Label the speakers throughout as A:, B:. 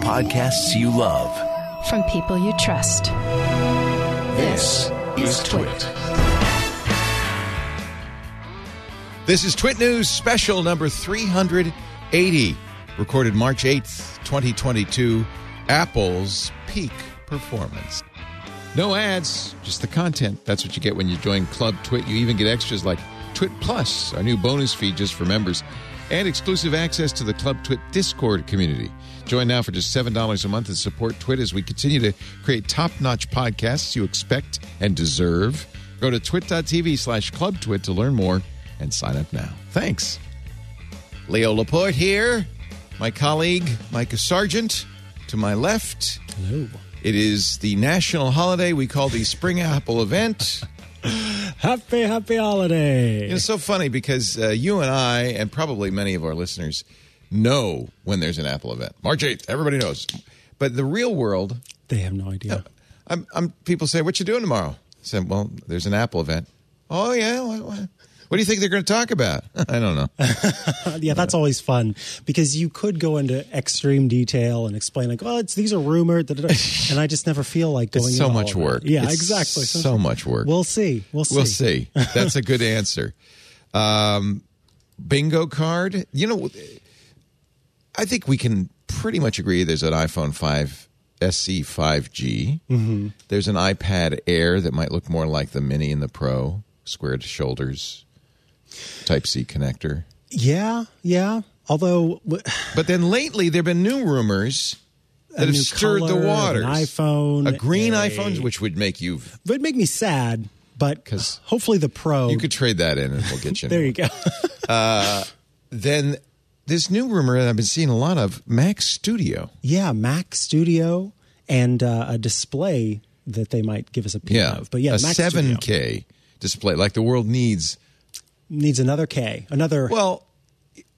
A: podcasts you love.
B: from people you trust.
A: This is Twit.
C: This is Twit News special number 380, recorded March 8th, 2022. Apple's peak performance. No ads, just the content. That's what you get when you join Club Twit. You even get extras like Twit Plus, our new bonus feed just for members, and exclusive access to the Club Twit Discord community. Join now for just $7 a month and support Twit as we continue to create top notch podcasts you expect and deserve. Go to twit.tv slash clubtwit to learn more and sign up now. Thanks. Leo Laporte here, my colleague Micah Sargent to my left. It is the national holiday we call the Spring Apple event.
D: Happy, happy holiday.
C: It's so funny because uh, you and I, and probably many of our listeners, know when there's an Apple event. March 8th, everybody knows. But the real world, uh,
D: They have no idea.
C: I'm, I'm, people say, What you doing tomorrow? I said, Well, there's an Apple event. Oh, yeah. What, what- what do you think they're going to talk about? I don't know.
D: Uh, yeah, that's always fun because you could go into extreme detail and explain like, well, it's these are rumored, da, da, da," and I just never feel like going.
C: It's so
D: into all
C: much
D: of that.
C: work.
D: Yeah,
C: It's
D: exactly.
C: So much work.
D: We'll see. We'll see.
C: We'll see. That's a good answer. Um, bingo card. You know, I think we can pretty much agree there's an iPhone 5 SC 5G. Mm-hmm. There's an iPad Air that might look more like the Mini and the Pro, squared shoulders, Type C connector.
D: Yeah, yeah. Although w-
C: But then lately, there have been new rumors that
D: a
C: have
D: new
C: stirred
D: color,
C: the waters.
D: an iPhone,
C: A green
D: a-
C: iPhone, which would make you.
D: it would make me sad, but
C: 'Cause
D: hopefully the pro.
C: You could trade that in and we'll get you. a new
D: Oh. there
C: one.
D: you go.
C: Uh, then this new rumor that I've been seeing a lot of Mac Studio.
D: yeah, Mac Studio and uh, a display that they might give us a peek
C: Yeah,
D: of. But yeah,
C: a
D: Mac
C: seven
D: Studio
C: K display like the world needs.
D: needs another K, another
C: Well,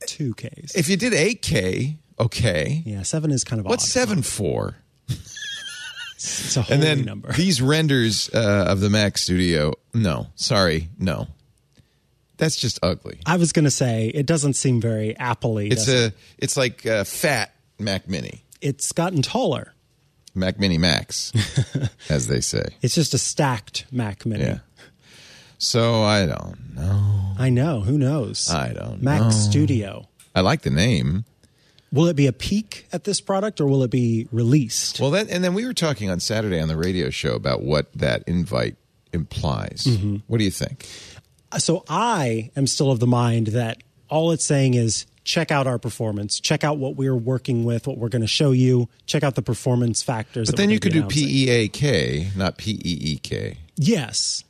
D: two Ks.
C: if you did eight K, okay.
D: Yeah, seven is kind of
C: What's
D: odd.
C: seven for?
D: It's a holy
C: And then
D: number.
C: these renders uh, of the Mac Studio. No, sorry, no. That's just ugly.
D: I was going to say it doesn't seem very apple
C: It's a. It's like a fat Mac Mini,
D: It's gotten taller.
C: Mac Mini Max, as they say.
D: It's just a stacked Mac Mini.
C: Yeah. So I don't know.
D: I know. Who knows?
C: I don't
D: Mac
C: know.
D: Studio.
C: I like the name.
D: Will it be a peak at this product or will it be released?
C: Well, that and then we were talking on Saturday on the radio show about what that invite implies.
D: Mm-hmm.
C: What do you think?
D: So I am still of the mind that all it's saying is check out our performance, check out what we're working with, what we're going to show you, check out the performance factors.
C: But
D: that
C: then
D: we're
C: you
D: gonna
C: could
D: be
C: do
D: announcing.
C: P E A K, not P E E K.
D: Yes.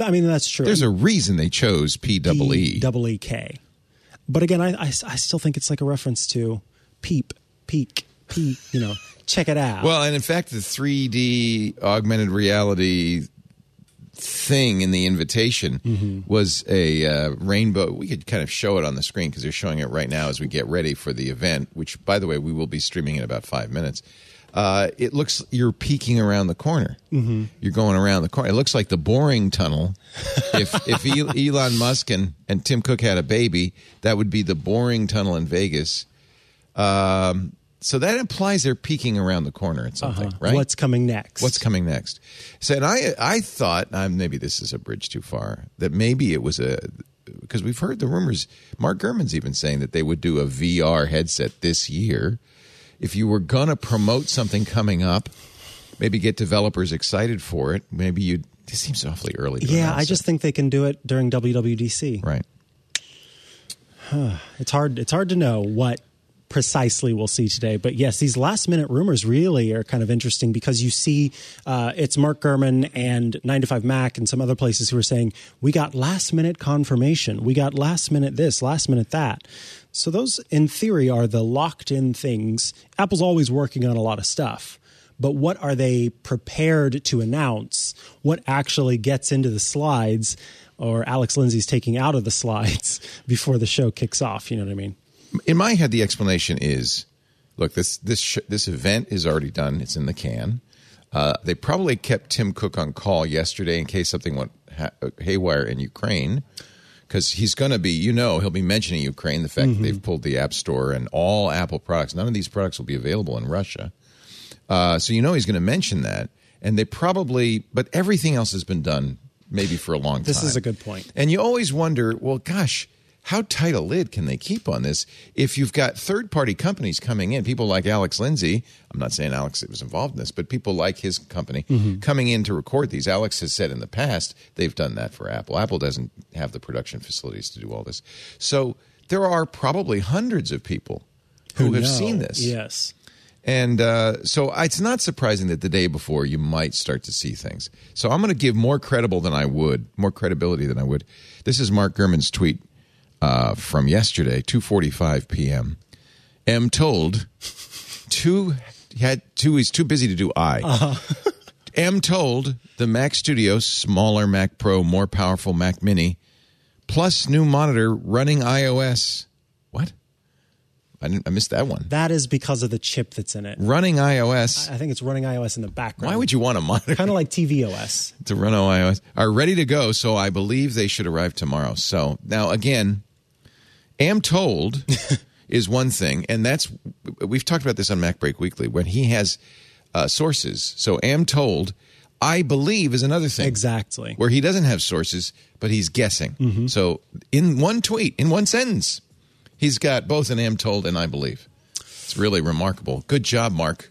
D: I mean, that's true.
C: There's a reason they chose P double E.
D: double E K. But again, I, I, I still think it's like a reference to peep, peek, peep, you know, check it out.
C: Well, and in fact, the 3D augmented reality thing in the invitation was a uh, rainbow. We could kind of show it on the screen because they're showing it right now as we get ready for the event, which, by the way, we will be streaming in about five minutes. Uh, it looks you're peeking around the corner. You're going around the corner. It looks like the boring tunnel. if if El- Elon Musk and, and Tim Cook had a baby, that would be the boring tunnel in Vegas. Um, so that implies they're peeking around the corner at something, right?
D: What's coming next?
C: What's coming next? So, and I, I thought um, maybe this is a bridge too far. That maybe it was a because we've heard the rumors. Mark Gurman's even saying that they would do a VR headset this year. If you were gonna promote something coming up, maybe get developers excited for it. Maybe you. This seems awfully early. To
D: yeah,
C: announce
D: I just think they can do it during WWDC.
C: it. right.
D: It's hard. It's hard to know what precisely we'll see today. But yes, these last minute rumors really are kind of interesting because you see, uh, it's Mark Gurman and Nine to Five Mac and some other places who are saying we got last minute confirmation, we got last minute this, last minute that. So those, in theory, are the locked in things. Apple's always working on a lot of stuff. But what are they prepared to announce? What actually gets into the slides, or Alex Lindsay's taking out of the slides before the show kicks off? You know what I mean?
C: in my head the explanation is look this this sh- this event is already done it's in the can uh, they probably kept tim cook on call yesterday in case something went ha- haywire in uh, ukraine because he's going to be, you know, he'll be mentioning Ukraine, the
D: Mm-hmm.
C: fact that they've pulled the App Store and all Apple products. None of these products will be available in Russia. Uh, so you know he's going to mention that, and they probably, but everything else has been done maybe for a long time.
D: This is a good point.
C: And you always wonder, well, gosh, how tight a lid can they keep on this if you've got third party companies coming in, people like Alex Lindsay? I'm not saying Alex was involved in this, but people like his company coming in to record these. Alex has said in the past they've done that for Apple. Apple doesn't have the production facilities to do all this. So there are probably hundreds of people who, have
D: No.
C: seen this.
D: Yes.
C: And uh, so it's not surprising that the day before you might start to see things. So I'm going to give more credible than I would, more credibility than I would. This is Mark Gurman's tweet uh, from yesterday, 2:45 p.m. Am told too had too he's too busy to do I. Am told the Mac Studio, smaller Mac Pro, more powerful Mac Mini, plus new monitor running iOS. What? I didn't, I missed that one.
D: That is because of the chip that's in it.
C: Running iOS.
D: I think it's running iOS in the background.
C: Why would you want a monitor
D: Kind of like tvOS.
C: to run on iOS? Are ready to go, so I believe they should arrive tomorrow. So now again, am told is one thing, and that's we've talked about this on MacBreak Weekly when he has uh, sources. So am told, I believe is another thing
D: Exactly. Mm-hmm.
C: where he doesn't have sources, but he's guessing. So in one tweet, in one sentence, he's got both an am told and I believe. It's really remarkable. Good job, Mark.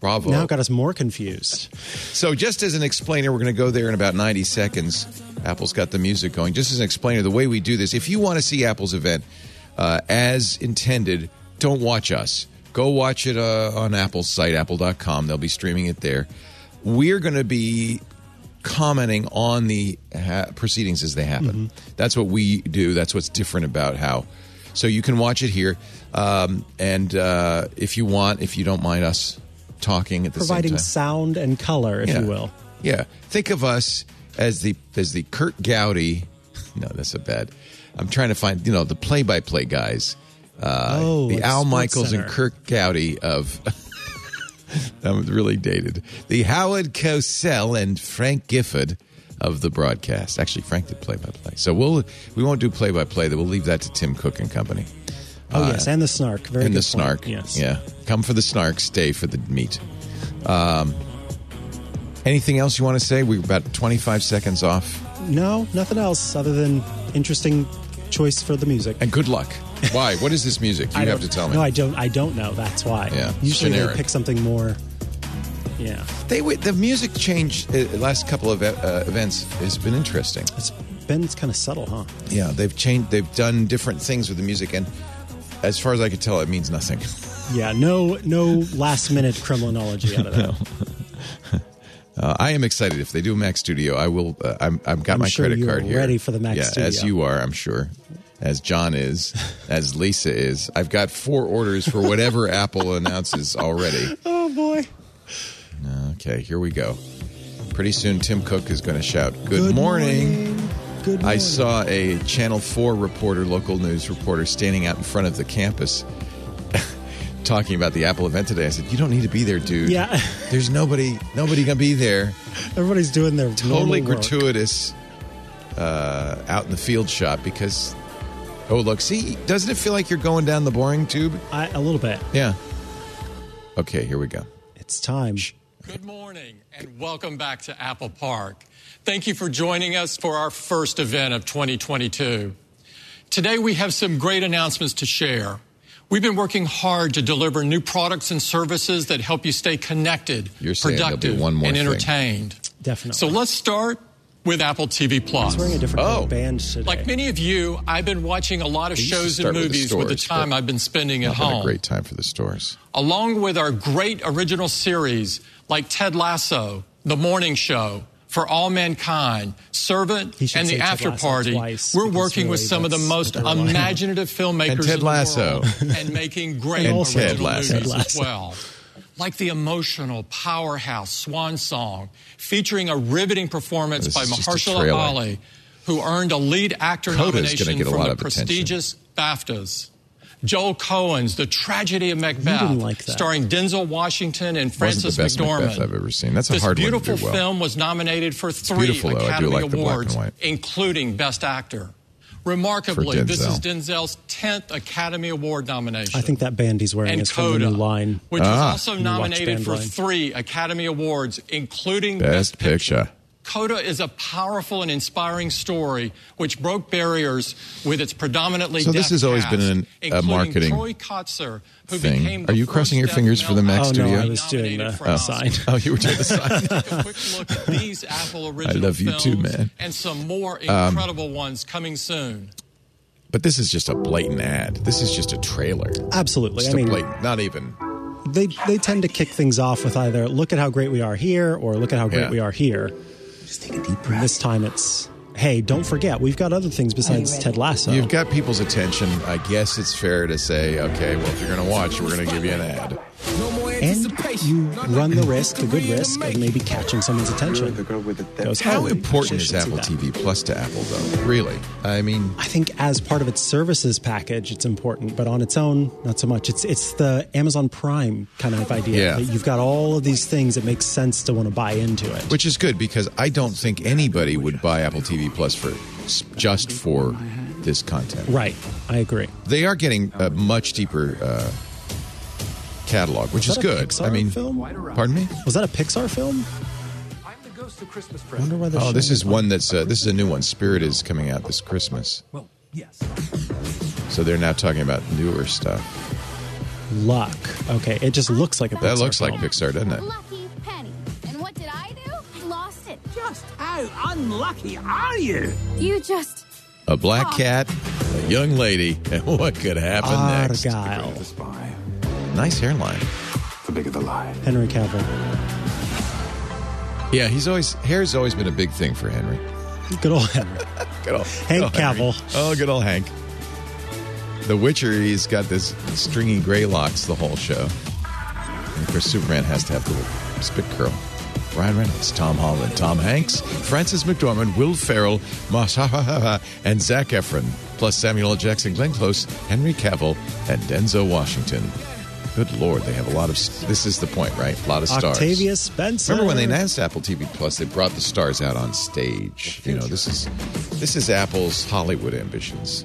C: Bravo.
D: Now it got us more confused.
C: So, just as an explainer, we're going to go there in about 90 seconds. Apple's got the music going. Just as an explainer, the way we do this, if you want to see Apple's event uh, as intended, don't watch us. Go watch it uh, on Apple's site, apple.com. They'll be streaming it there. We're going to be commenting on the ha- proceedings as they happen. That's what we do. That's what's different about how. So you can watch it here, um, and uh, if you want, if you don't mind us talking at the same
D: Providing
C: time,
D: sound and color, if
C: yeah.
D: you will.
C: Yeah. Think of us as the as the Kurt Gowdy. No, that's a bad. I'm trying to find you know the play by play guys. Uh,
D: Oh,
C: the
D: like
C: Al
D: Sports
C: Michaels and
D: Center.
C: Kirk Gowdy of. that was really dated. The Howard Cosell and Frank Gifford of the broadcast. Actually, Frank did play by play. So we'll we won't do play by play. We'll leave that to Tim Cook and company.
D: Oh, yes. And the snark. Very
C: Uh, and
D: good
C: the
D: point.
C: snark.
D: Yes.
C: Yeah. Come for the snark, stay for the meat. Um, anything else you want to say? We're about 25 seconds off.
D: No, nothing else other than interesting choice for the music.
C: And good luck. Why? what is this music? You
D: I
C: have to
D: don't-
C: tell me.
D: No, I don't. I don't know. That's why.
C: Yeah,
D: Usually
C: generic.
D: they pick something more. Yeah,
C: they wait, the music change uh, last couple of uh, events has been interesting.
D: it's been kind of subtle, huh?
C: Yeah, they've changed. They've done different things with the music, and as far as I could tell, it means nothing.
D: Yeah. No. No last minute criminology out of that.
C: Uh, I am excited if they do a Mac Studio. I will. Uh, I'm. I've got
D: I'm
C: my
D: sure
C: credit
D: you
C: card
D: are
C: here.
D: ready for the Mac
C: yeah, as
D: Studio.
C: you are, I'm sure. As John is, as Lisa is. I've got four orders for whatever Apple announces already.
D: Oh boy.
C: Okay, here we go. Pretty soon, Tim Cook is going to shout, "Good,
D: Good
C: morning.
D: Good. Morning.
C: I saw a Channel 4 reporter, local news reporter, standing out in front of the campus talking about the Apple event today. I said, You don't need to be there, dude.
D: Yeah.
C: There's nobody, nobody going to be there.
D: Everybody's doing their
C: totally
D: normal work.
C: gratuitous uh, out in the field shop because oh look see doesn't it feel like you're going down the boring tube
D: I, a little bit.
C: yeah okay here we go
D: It's time.
E: Good morning and welcome back to Apple Park. Thank you for joining us for our first event of 2022. Today we have some great announcements to share. We've been working hard to deliver new products and services that help you stay connected,
C: You're saying there'll be
E: productive,
C: one more
E: and
C: thing.
E: entertained.
D: Definitely.
E: So let's start with Apple TV Plus.
D: Wearing a different kind
C: Oh.
D: of band today.
E: Like many of you, I've been watching a lot of
C: used to
E: shows
C: start
E: and
C: with the
E: movies with the
C: stores,
E: time
C: but
E: I've been spending at
C: Not been
E: home
C: a great time for the stores
E: along with our great original series like Ted Lasso, The Morning Show, For All Mankind, Servant,
D: He should
E: and
D: say
E: The
D: Ted
E: After
D: Lasso
E: Party,
D: twice,
E: we're
D: because
E: working with
D: really
E: some of the
D: that's
E: most
D: what they're watching.
E: imaginative filmmakers
C: And Ted
E: in the
C: Lasso.
E: world and making great
D: And
E: original
D: also Ted
C: Lasso.
E: movies
D: Ted
E: as
D: Lasso.
E: well. Like the emotional powerhouse Swan Song, featuring a riveting performance
C: This
E: by
C: is just a
E: Mahershala
C: trailer.
E: Ali, who earned a lead actor
C: Coda's gonna
E: nomination
C: get a
E: from
C: lot
E: the
C: of attention.
E: prestigious BAFTAs. Joel Cohen's The Tragedy of Macbeth,
D: like that.
E: starring Denzel Washington and
C: Wasn't
E: Francis
C: the best
E: McDormand.
C: Macbeth I've ever seen. That's a
E: this
C: hard one to
E: beautiful
C: do well.
E: film was nominated for three
C: beautiful, though. I do
E: Academy
C: like the black and
E: Awards,
C: white.
E: including Best Actor. Remarkably,
C: For
E: this is
C: Denzel.
E: Denzel's 10th Academy Award nomination.
D: I think that band he's wearing
E: and
D: is from the
E: Coda,
D: new line.
E: which
C: Ah.
E: was also
D: New Watch
E: nominated
D: Band
E: for
D: line.
E: three Academy Awards, including
C: Best Picture.
E: Coda is a powerful and inspiring story which broke barriers with its predominantly
C: So this
E: deaf
C: has always
E: cast,
C: been an- a
E: including
C: marketing
E: Troy Kotzer, who
C: thing.
E: became the
C: Are you
E: first
C: crossing your
E: deaf
C: fingers for the
E: male
C: Mac
E: actor
D: Oh, no,
C: Studio?
D: I was doing
E: nominated
D: the
E: for an
D: sign.
E: Oscar.
C: Oh, you were doing the sign.
E: Take a quick look at these Apple original
C: love you
E: films
C: too, man. Um,
E: and some more incredible ones coming soon.
C: But this is just a blatant ad. This is just a trailer.
D: Absolutely.
C: Just
D: I mean,
C: a blatant, not even.
D: they they tend to kick things off with either look at how great we are here or look at how great
C: Yeah.
D: we are here.
F: Just take a deep
D: And this
F: breath.
D: time it's hey, don't forget we've got other things besides
F: ready?
D: Ted Lasso.
C: You've got people's attention. I guess it's fair to say, okay, well, if you're going to watch, we're going to give you an ad.
F: No more
D: and you
F: anticipation. Not
D: run
F: like
D: the
F: you
D: risk, the
F: took
D: good
F: me in the
D: risk of
F: making.
D: maybe catching someone's attention.
G: the girl with the thick-
D: Goes,
C: How
D: "Oh,
C: important
D: I
C: is
D: should see
C: Apple
D: that."
C: TV Plus to Apple, though? Really? I mean,
D: I think as part of its services package, it's important, but on its own, not so much. It's it's the Amazon Prime kind of idea.
C: Yeah.
D: that You've got all of these things that make sense to want to buy into it.
C: which is good because I don't think anybody would buy Apple TV Plus for just for this content.
D: right, I agree.
C: They are getting a much deeper uh, catalog, which is
D: that a
C: good.
D: Pixar
C: I mean,
D: film?
C: pardon me.
D: Was that a Pixar film?
H: I'm the ghost of Christmas
D: I wonder
H: present.
D: why they're
C: Oh, this
D: showing
C: is
D: it.
C: one that's uh, this is a new one. Spirit is coming out this Christmas,
H: Well, yes.
C: so they're now talking about newer stuff.
D: luck. Okay, it just looks like a Pixar
C: That looks like
D: film.
C: Pixar, doesn't it?
I: Lucky penny. And what did I do? I lost it.
H: Just how unlucky are you?
I: You just.
C: A black cat, a young lady, and what could happen next?
D: Argyle,
G: The spy.
C: Nice hairline.
G: The bigger the lie.
D: Henry Cavill,
C: Yeah, he's always hair's always been a big thing for Henry.
D: good old Henry.
C: Good old
D: Hank
C: good old Henry.
D: Cavill.
C: Oh, good old Hank. The Witcher, he's got this stringy gray locks the whole show. And of course, Superman has to have the little spit curl. Ryan Reynolds, Tom Holland, Tom Hanks, Francis McDormand, Will Ferrell, Masha, and Zach Efron, plus Samuel L. Jackson, Glenn Close, Henry Cavill, and Denzel Washington. Good lord, they have a lot of. s- This is the point, right? A lot of stars.
D: Octavia Spencer.
C: Remember when they announced Apple TV Plus? They brought the stars out on stage. You know, this is this is Apple's Hollywood ambitions,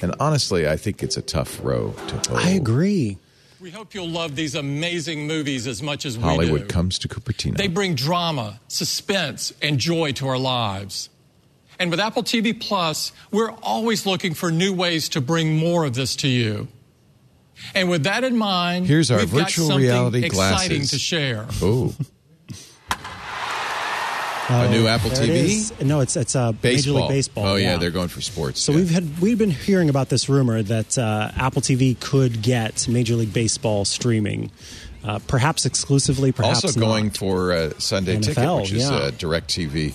C: and honestly, I think it's a tough row to hoe.
D: I agree.
E: We hope you'll love these amazing movies as much as we do.
C: Hollywood comes to Cupertino.
E: They bring drama, suspense, and joy to our lives. And with Apple TV Plus, we're always looking for new ways to bring more of this to you. And with that in mind,
C: Here's our
E: we've
C: virtual
E: got something
C: reality
E: exciting
C: glasses.
E: to share.
C: oh, a new Apple
D: Oh, There it
C: TV,
D: is. No, it's it's uh, Major
C: baseball.
D: League Baseball.
C: Oh yeah, they're going for sports.
D: So
C: yeah.
D: we've had we've been hearing about this rumor that uh, Apple TV could get Major League Baseball streaming, uh, perhaps exclusively, perhaps
C: also going
D: not.
C: for uh, Sunday ticket,
D: NFL,
C: which is
D: yeah.
C: a direct TV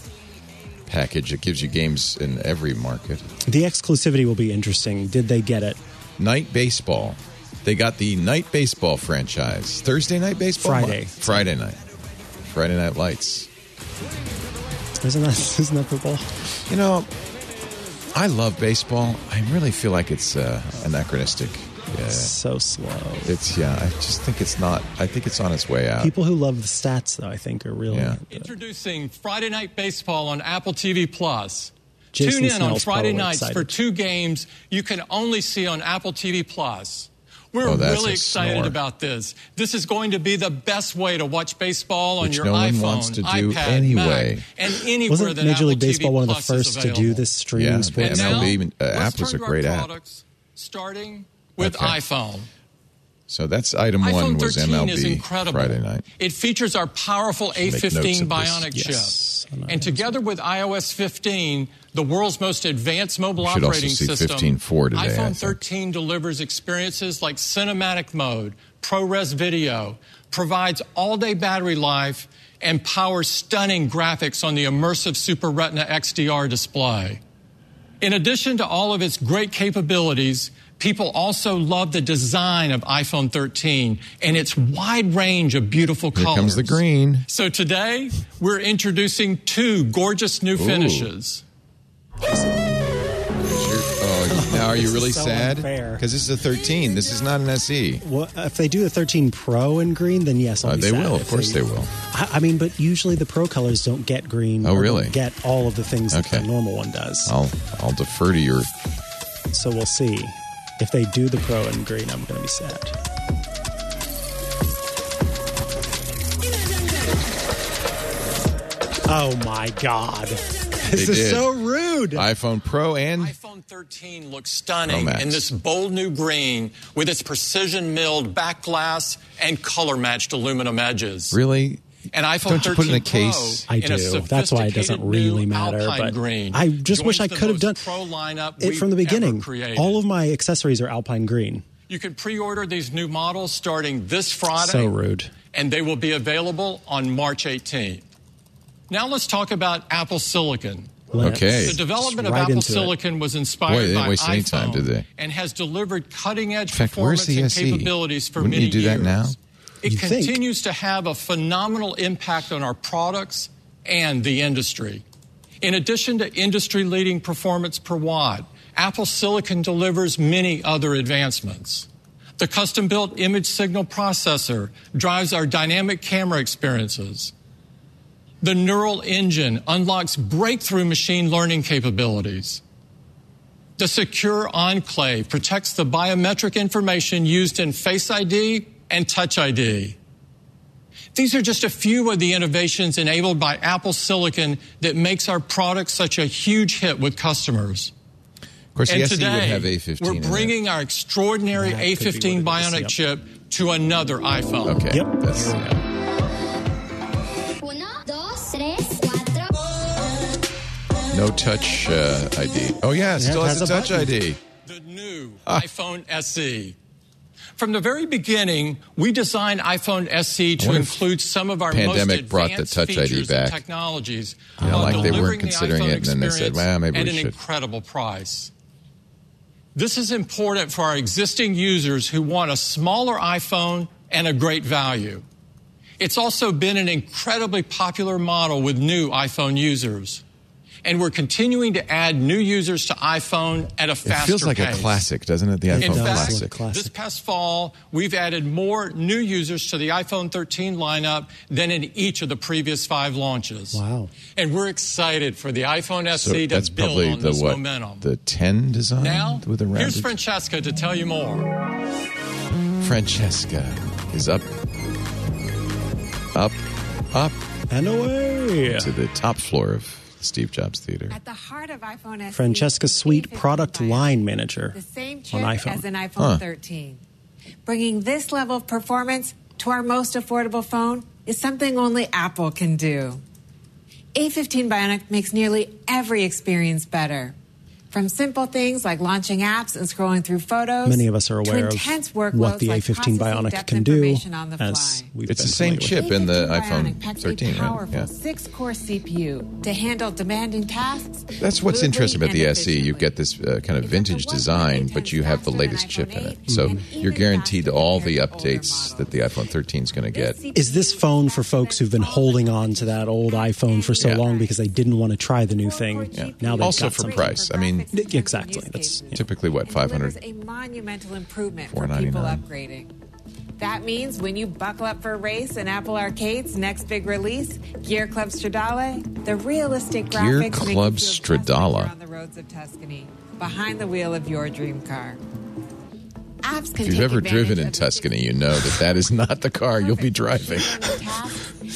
C: package. It gives you games in every market.
D: The exclusivity will be interesting. Did they get it?
C: Night Baseball. They got the Night Baseball franchise. Thursday Night Baseball?
D: Friday.
C: Friday Night. Friday Night Lights.
D: Isn't that isn't that football?
C: You know, I love baseball. I really feel like it's uh, anachronistic. Yeah.
D: So slow.
C: It's, yeah, I just think it's not, I think it's on its way out.
D: People who love the stats, though, I think are really.
C: Yeah.
E: Introducing Friday Night Baseball on Apple TV Plus.
D: Jason
E: Tune in on
D: Snell's
E: Friday
D: probably
E: nights for
D: excited.
E: two games you can only see on Apple TV Plus. We're
C: Oh, that's
E: really
C: a
E: excited
C: snore.
E: about this. This is going to be the best way to watch baseball on
C: Which
E: your
C: no one
E: iPhone,
C: wants to do
E: iPad,
C: anyway.
E: Mac, and anywhere
D: Wasn't
E: that
D: Major League
E: Apple TV
D: Baseball one of the
E: Plus is
D: first to do
E: available.
D: this streaming
C: Yeah, And
D: sports?
C: MLB, uh,
E: let's
C: app was
E: turn
C: a
E: to
C: great
E: our
C: app.
E: products, starting with
C: Okay.
E: iPhone.
C: so that's item one
E: iPhone
C: was
E: 13 is
C: MLB
E: incredible.
C: Friday Night.
E: It features our powerful
C: make notes of this.
E: A15 Bionic
D: Yes.
E: chip, and together with iOS 15, the world's most advanced mobile
C: We should also
E: operating
C: see
E: system.
C: 15.4 today, I
E: iPhone
C: think.
E: 13 delivers experiences like cinematic mode, ProRes video, provides all-day battery life, and powers stunning graphics on the immersive Super Retina XDR display. In addition to all of its great capabilities, people also love the design of iPhone 13 and its wide range of beautiful
C: Here
E: colors.
C: comes the green.
E: So today, we're introducing two gorgeous new finishes.
C: Oh, now, are you
D: This is
C: really
D: so
C: sad?
D: unfair.
C: Because this is a 13. This is not an E. SE.
D: Well, if they do the 13 Pro in green, then yes, I'll
C: Uh,
D: be
C: they
D: sad
C: will. Of
D: if
C: course they will.
D: I, I mean, but usually the Pro colors don't get green.
C: Oh,
D: or don't
C: really?
D: Get all of the things that
C: Okay.
D: the normal one does.
C: I'll I'll defer to your.
D: So we'll see. If they do the Pro in green, I'm going to be sad. Oh my God! This
C: They
D: is
C: did.
D: so rude.
C: iPhone Pro and
E: iPhone 13 looks
C: Pro
E: stunning
C: Max.
E: in this bold new green with its precision milled back glass and color matched aluminum edges.
C: really.
E: And iPhone
C: Don't you
E: 13
C: put in a
E: Pro
C: case?
D: I
E: in a
D: do. That's why it doesn't
E: sophisticated
D: really
E: new
D: matter.
E: Alpine
D: But
E: green
D: I just wish
E: joins
D: I
E: the
D: could have done
E: most pro lineup
D: it
E: we've
D: from the
E: ever
D: beginning.
E: created.
D: All of my accessories are Alpine green.
E: you can pre-order these new models starting this Friday.
D: So rude.
E: and they will be available on March 18th. Now let's talk about Apple Silicon.
D: Lance.
C: Okay.
E: The development
D: Right
E: of Apple
D: into it.
E: Silicon was inspired
C: Boy, they didn't
E: by
C: waste
E: iPhone
C: any time, did they?
E: and has delivered cutting-edge
C: In fact, where's
E: performance
C: the
E: and
C: SE?
E: capabilities for
C: Wouldn't you
E: many
C: do that
E: years.
C: now?
E: It
D: You think?
E: continues to have a phenomenal impact on our products and the industry. In addition to industry-leading performance per watt, Apple Silicon delivers many other advancements. The custom-built image signal processor drives our dynamic camera experiences. The neural engine unlocks breakthrough machine learning capabilities. The secure enclave protects the biometric information used in Face ID and Touch ID. These are just a few of the innovations enabled by Apple Silicon that makes our product such a huge hit with customers.
C: Of course,
E: And
C: yes,
E: today,
C: he would have A15. in
E: we're
C: it.
E: bringing our extraordinary
D: That could be
E: A15
D: what it is,
E: Bionic
D: yep.
E: chip to another iPhone.
C: Okay.
D: Yep.
C: That's,
I: Uno, dos, tres, cuatro.
C: No touch uh, ID. Oh yeah, it
D: Yeah,
C: still
D: it
C: has,
D: has
C: a
D: a
C: touch
D: button. Uh-huh.
C: ID.
E: the new
C: Ah.
E: iPhone SE. From the very beginning, we designed iPhone SE
C: I
E: to
C: wonder if
E: include some of our most
C: pandemic
E: advanced
C: brought the Touch ID
E: features
C: back.
E: and technologies.
C: Yeah,
E: while
C: like they weren't
E: delivering the
C: considering
E: iPhone
C: it, and then they said,
E: experience
C: "Well, maybe
E: at
C: we
E: an
C: should."
E: incredible price." This is important for our existing users who want a smaller iPhone and a great value. It's also been an incredibly popular model with new iPhone users. And we're continuing to add new users to iPhone at a
C: It
E: faster
C: feels like a
E: pace.
C: classic, doesn't it? The
D: It
C: iPhone
E: In
D: does
E: fact,
D: look
C: Classic.
D: classic.
E: this past fall, we've added more new users to the iPhone 13 lineup than in each of the previous five launches.
D: Wow.
E: And we're excited for the iPhone
C: So
E: SE to
C: that's
E: build
C: probably
E: E on
C: the
E: this
C: what?
E: momentum.
C: The 10 design
E: now,
C: with the rounded.
E: here's Francesca to tell you more.
C: Francesca is up, up, up
D: And away.
C: to the top floor of Steve Jobs Theater.
F: At the heart of iPhone SE,
D: Francesca Sweet,
F: A15
D: product
F: Bionic,
D: line manager
F: The same chip
D: on
F: as an
D: iPhone.
F: iPhone
C: Huh.
F: 13. Bringing this level of performance to our most affordable phone is something only Apple can do. A15 Bionic makes nearly every experience better. From simple things like launching apps and scrolling through photos,
D: Many of us are aware
F: to
D: of
F: intense
D: what
F: workloads
D: the
F: like
D: A15
F: processing
D: Bionic
F: depth
D: can do.
F: information on the
D: As
F: fly.
D: we've
C: It's
D: been
C: the same
D: familiar with.
C: chip. in the
F: A15
C: iPhone
F: Bionic packs
C: 13,
F: a
C: right?
F: powerful
C: Yeah.
F: six-core CPU to handle demanding tasks.
C: That's what's
F: smoothly
C: interesting about the
F: and
C: SE. You
F: efficiently.
C: get this uh, kind of
F: It's
C: vintage
F: up to
C: design,
F: 1.8
C: but you have the
F: times
C: latest
F: faster than
C: chip in it.
F: iPhone 8,
C: So
F: and
C: you're
F: even
C: guaranteed
F: faster
C: all the
F: compared to older
C: updates that the
F: models.
C: iPhone 13 is going to get.
F: This
D: Is this phone for folks who've been holding on to that old iPhone for so
F: Yeah.
D: long because they didn't want to try the new thing?
F: Yeah.
D: Now they've
C: Also
D: got
C: for
D: something.
C: price. I mean-
D: Exactly. That's- yeah.
C: Typically, what,
F: And delivers
C: 500?
F: A monumental improvement for people
C: $4.99.
F: upgrading. That means when you buckle up for a race in Apple Arcade's next big release, Gear Club Stradale, the realistic
C: Gear
F: graphics make you
C: Club
F: feel just like you're
C: Stradale.
F: on the roads of Tuscany, behind the wheel of your dream car. Apps can
C: If you've
F: take
C: ever
F: advantage
C: driven in
F: of the
C: Tuscany, you know that that is not the car you'll be driving.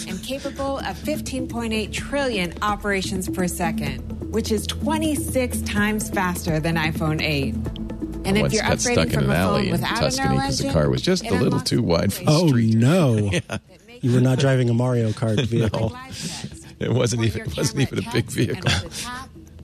F: and capable of 15.8 trillion operations per second, which is 26 times faster than iPhone 8. And if
C: Once
F: you're
C: Oh, got stuck
F: upgrading
C: in
F: from
C: an
F: a
C: alley
F: phone
C: in
F: without
C: Tuscany
F: an
C: because the car was just a little too wide for the
D: Oh,
C: street.
D: no. You were not driving a Mario Kart vehicle.
C: It wasn't even- it wasn't even a big vehicle.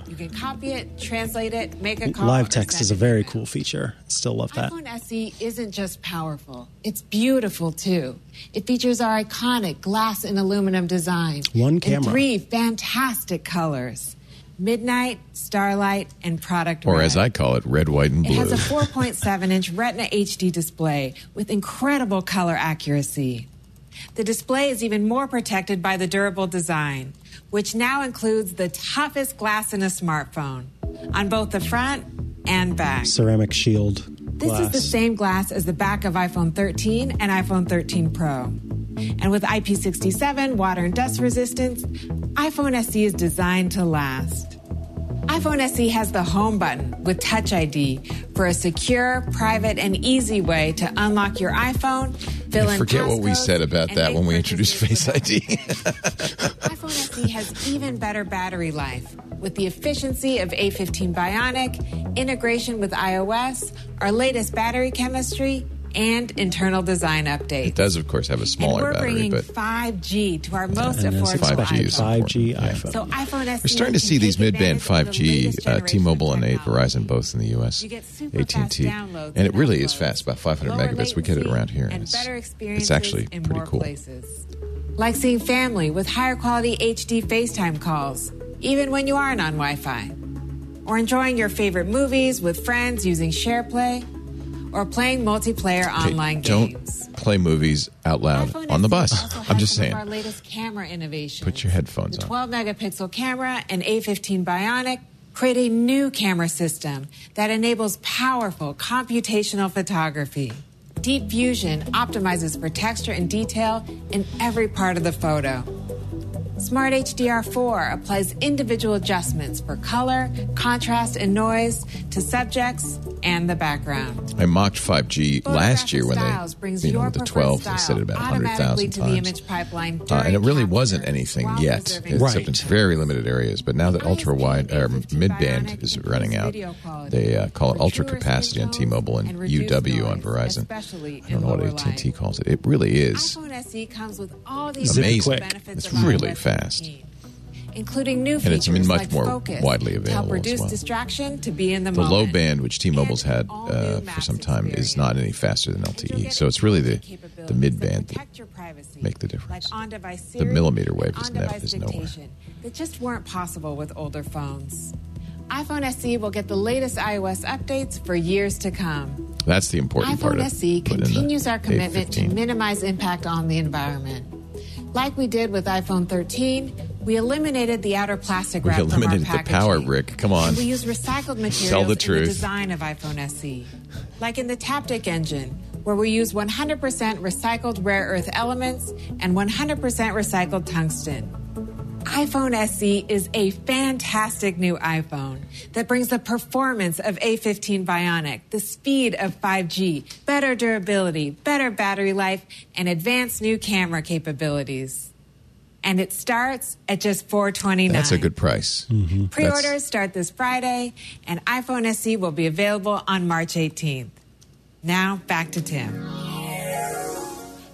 F: You can copy it, translate it, make a call.
D: Live
F: or
D: text
F: send
D: is a
F: an
D: very
F: email.
D: cool feature. Still love that.
F: iPhone SE E isn't just powerful, it's beautiful too. It features our iconic glass and aluminum design.
D: One
F: in
D: camera.
F: three fantastic colors midnight, starlight, and product
C: Or
F: red.
C: as I call it, red, white, and
F: It
C: blue.
F: has a 4.7 inch Retina HD display with incredible color accuracy. The display is even more protected by the durable design, which now includes the toughest glass in a smartphone on both the front and back.
D: ceramic shield
F: This
D: glass.
F: is the same glass as the back of iPhone 13 and iPhone 13 Pro. And with IP67 water and dust resistance, iPhone SE is designed to last. iPhone SE has the home button with Touch ID for a secure, private, and easy way to unlock your iPhone, fill in
C: Forget what we
F: passcodes,
C: said about
F: and
C: that
F: make
C: when we introduced
F: purchases
C: Face
F: without
C: ID.
F: iPhone SE has even better battery life with the efficiency of A15 Bionic, integration with iOS, our latest battery chemistry, and internal design
C: it
F: updates.
C: does, of course, have a
F: And
C: smaller
F: we're
C: battery,
F: bringing
C: but
F: 5G to our most
D: And that's
F: affordable
C: 5G is
F: iPhone.
C: important,
D: 5G
C: yeah.
D: iPhone.
F: So iPhone SE
C: We're starting to
F: can
C: see these
F: take
C: mid-band
F: advantage of the
C: 5G,
F: latest
C: uh,
F: generation
C: T-Mobile and
F: of
C: A-
F: technology.
C: Verizon, both in the U.S.,
F: You get super fast
C: AT&T,
F: downloads
C: and it really is
F: uploads,
C: fast, about 500
F: lower
C: megabits. We get it
F: latency,
C: around here, and
F: and better
C: it's,
F: experiences
C: it's actually
F: in
C: pretty
F: more
C: cool.
F: places. Like seeing family with higher quality HD FaceTime calls, even when you aren't on Wi-Fi, or enjoying your favorite movies with friends using SharePlay, or playing multiplayer
C: Okay,
F: online
C: don't
F: games.
C: play movies out loud
F: iPhone
C: on the
F: SE
C: bus.
F: also
C: I'm
F: has
C: just
F: some of
C: saying.
F: Our latest camera innovations.
C: Put your headphones
F: the
C: on.
F: 12 megapixel camera and A15 Bionic create a new camera system that enables powerful computational photography. Deep Fusion optimizes for texture and detail in every part of the photo. Smart HDR4 applies individual adjustments for color, contrast, and noise to subjects and the background.
C: I mocked 5G last year when
F: Styles brings
C: they, you know,
F: your
C: with the
F: preferred
C: 12, they
F: style
C: said it about
F: automatically
C: 100,000
F: to the
C: times.
F: image pipeline
C: uh, and it
F: during
C: really
F: capture
C: wasn't anything
F: while
C: yet,
F: preserving
C: except
D: Right.
C: in very limited areas. But now that
F: ISP
C: ultra wide or
F: A15
C: mid band
F: Bionic
C: is
F: improves
C: running out,
F: video quality
C: they uh, call it
F: for
C: ultra
F: truer
C: capacity on
F: signals
C: T-Mobile and,
F: and reduced
C: UW on
F: noise,
C: Verizon.
F: especially
C: I don't
F: in
C: know what
F: lower
C: AT&T
F: light.
C: calls it. It really is.
F: iPhone SE comes with all the
D: Zip
F: amazing
D: quick.
F: benefits
C: It's
F: of
C: really
F: iOS
C: fast.
F: 15, Including new
C: And
F: features
C: it's much
F: like
C: more
F: focus
C: widely
F: to
C: available as
F: help reduce
C: well.
F: distraction to be in the,
C: The
F: moment.
C: low band, which T-Mobile's
F: And
C: had
F: all
C: uh,
F: new
C: for
F: Max
C: some time, is
F: experience.
C: not any faster than
F: And you'll
C: LTE.
F: get
C: So it's really the,
F: capabilities
C: the mid
F: that
C: band that
F: protect your privacy,
C: make the difference.
F: like on-device
C: The
F: Siri
C: millimeter wave
F: and
C: is, never,
F: on-device
C: is nowhere.
F: dictation That just weren't possible with older phones. iPhone SE will get the latest iOS updates for years to come
C: That's the important part
F: iPhone
C: of
F: SE
C: putting in the
F: E, continues our commitment to
C: A15.
F: minimize impact on the environment. Like we did with iPhone 13, we eliminated the outer plastic
C: We
F: wrap from our
C: eliminated the
F: packaging.
C: power, Rick. Come on.
F: And we use recycled materials
C: the
F: in
C: truth.
F: the design of iPhone SE. Like in the Taptic engine, where we use 100% recycled rare earth elements and 100% recycled tungsten iPhone SE is a fantastic new iPhone that brings the performance of A15 Bionic, the speed of 5G, better durability, better battery life, and advanced new camera capabilities. And it starts at just 429.
C: That's a good price. Mm-hmm.
F: Pre-orders start this Friday, and iPhone SE will be available on March 18th. Now back to Tim.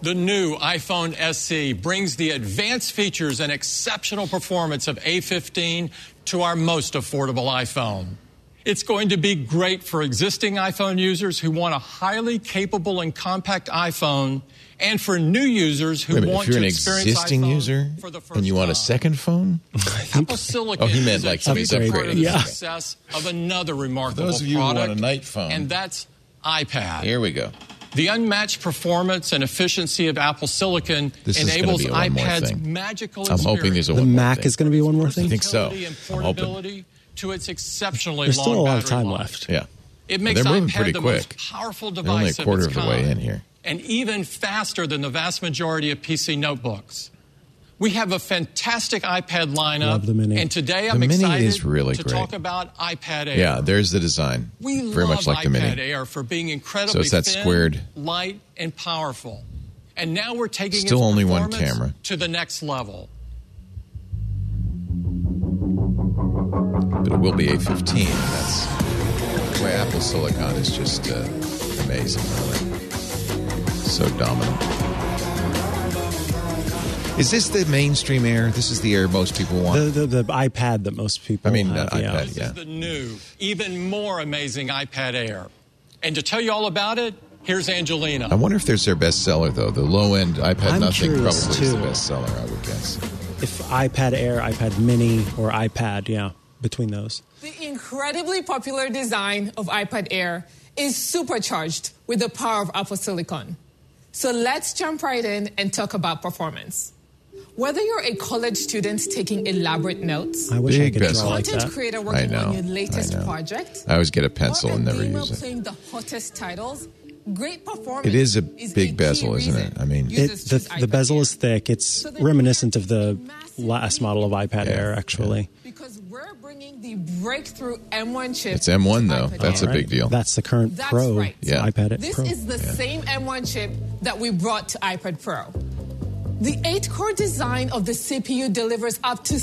E: The new iPhone SE brings the advanced features and exceptional performance of A15 to our most affordable iPhone. It's going to be great for existing iPhone users who want a highly capable and compact iPhone, and for new users who
C: Wait a minute,
E: want
C: if you're
E: to
C: an
E: experience
C: existing
E: iPhone
C: user
E: for the first
C: and you want a
E: time.
C: second phone,
E: Apple Silicon
C: Oh, he meant
E: is
C: like
E: a
C: somebody's
E: huge part
D: upgrading.
E: of the
D: Yeah.
E: success of another remarkable
C: those of you who want
E: product,
C: a night phone.
E: and that's iPad.
C: here we go.
E: The unmatched performance and efficiency of Apple Silicon
C: This is gonna
E: enables
C: be a one more
E: iPad's
C: thing.
E: magical
C: I'm hoping there's
E: experience.
C: a
D: the
C: one more
D: Mac
C: thing.
D: is going to be one more
C: I
D: thing.
C: think so.
E: Versatility and
C: I'm hoping.
E: portability to its exceptionally
D: There's
E: long
D: still a lot of
E: battery
D: time
E: life.
D: left.
C: Yeah.
E: It makes
C: They're moving
E: iPad
C: pretty
E: the
C: quick.
E: most powerful
C: They're
E: device
C: only a quarter of
E: its
C: the way
E: kind,
C: in here.
E: and even faster than the vast majority of PC notebooks. We have a fantastic iPad lineup,
D: Love the Mini.
E: and today
C: The
E: I'm
C: Mini
E: excited
C: is really
E: to
C: great.
E: talk about iPad Air.
C: Yeah, there's the design.
E: We
C: Very
E: love
C: much like
E: iPad
C: the Mini.
E: Air for being incredibly
C: So it's that
E: thin,
C: squared-
E: light, and powerful. And now we're taking
C: Still
E: its
C: only one
E: performance
C: camera.
E: to the next level.
C: But it will be A15. That's the way Apple Silicon is just uh, amazing, really. So dominant. Is this the mainstream air? This is the air most people want.
D: The, the the iPad that most people
C: I mean,
D: have,
C: uh,
D: yeah.
C: iPad, yeah.
E: The new, even more amazing iPad Air. And to tell you all about it, here's Angelina.
C: I wonder if there's their best seller though. The low end iPad
D: I'm
C: Nothing probably
D: curious,
C: is the
D: too.
C: best seller, I would guess.
D: If iPad Air, iPad Mini, or iPad, yeah, between those.
J: The incredibly popular design of iPad Air is supercharged with the power of Apple Silicon. So let's jump right in and talk about performance. Whether you're a college student taking elaborate notes,
D: I wish
C: Big
D: I could
C: business.
D: draw like
J: content
D: that.
J: creator
C: I
J: working
C: know.
J: on your latest
C: I know.
J: project,
C: I always get a
J: or
C: pencil
J: a
C: and never
J: gamer
C: use it.
J: playing the hottest titles, great performance.
C: It is a
J: is
C: big
J: key
C: bezel, isn't
J: reason
C: it? I mean-
J: users
D: It, the,
J: choose
D: the
J: iPad
D: bezel
J: Air.
D: is thick. It's reminiscent of the last model of iPad
C: Yeah,
D: Air,
C: yeah.
D: actually.
J: Because we're bringing the breakthrough M1 chip.
C: It's M1
J: to
C: though.
J: iPad
C: That's a
J: Air.
C: big deal.
D: That's the current
J: That's
D: Pro
J: right.
C: Yeah.
D: iPad
J: This
D: Pro.
J: is the same M1 chip that we brought to iPad Pro. The eight-core design of the CPU delivers up to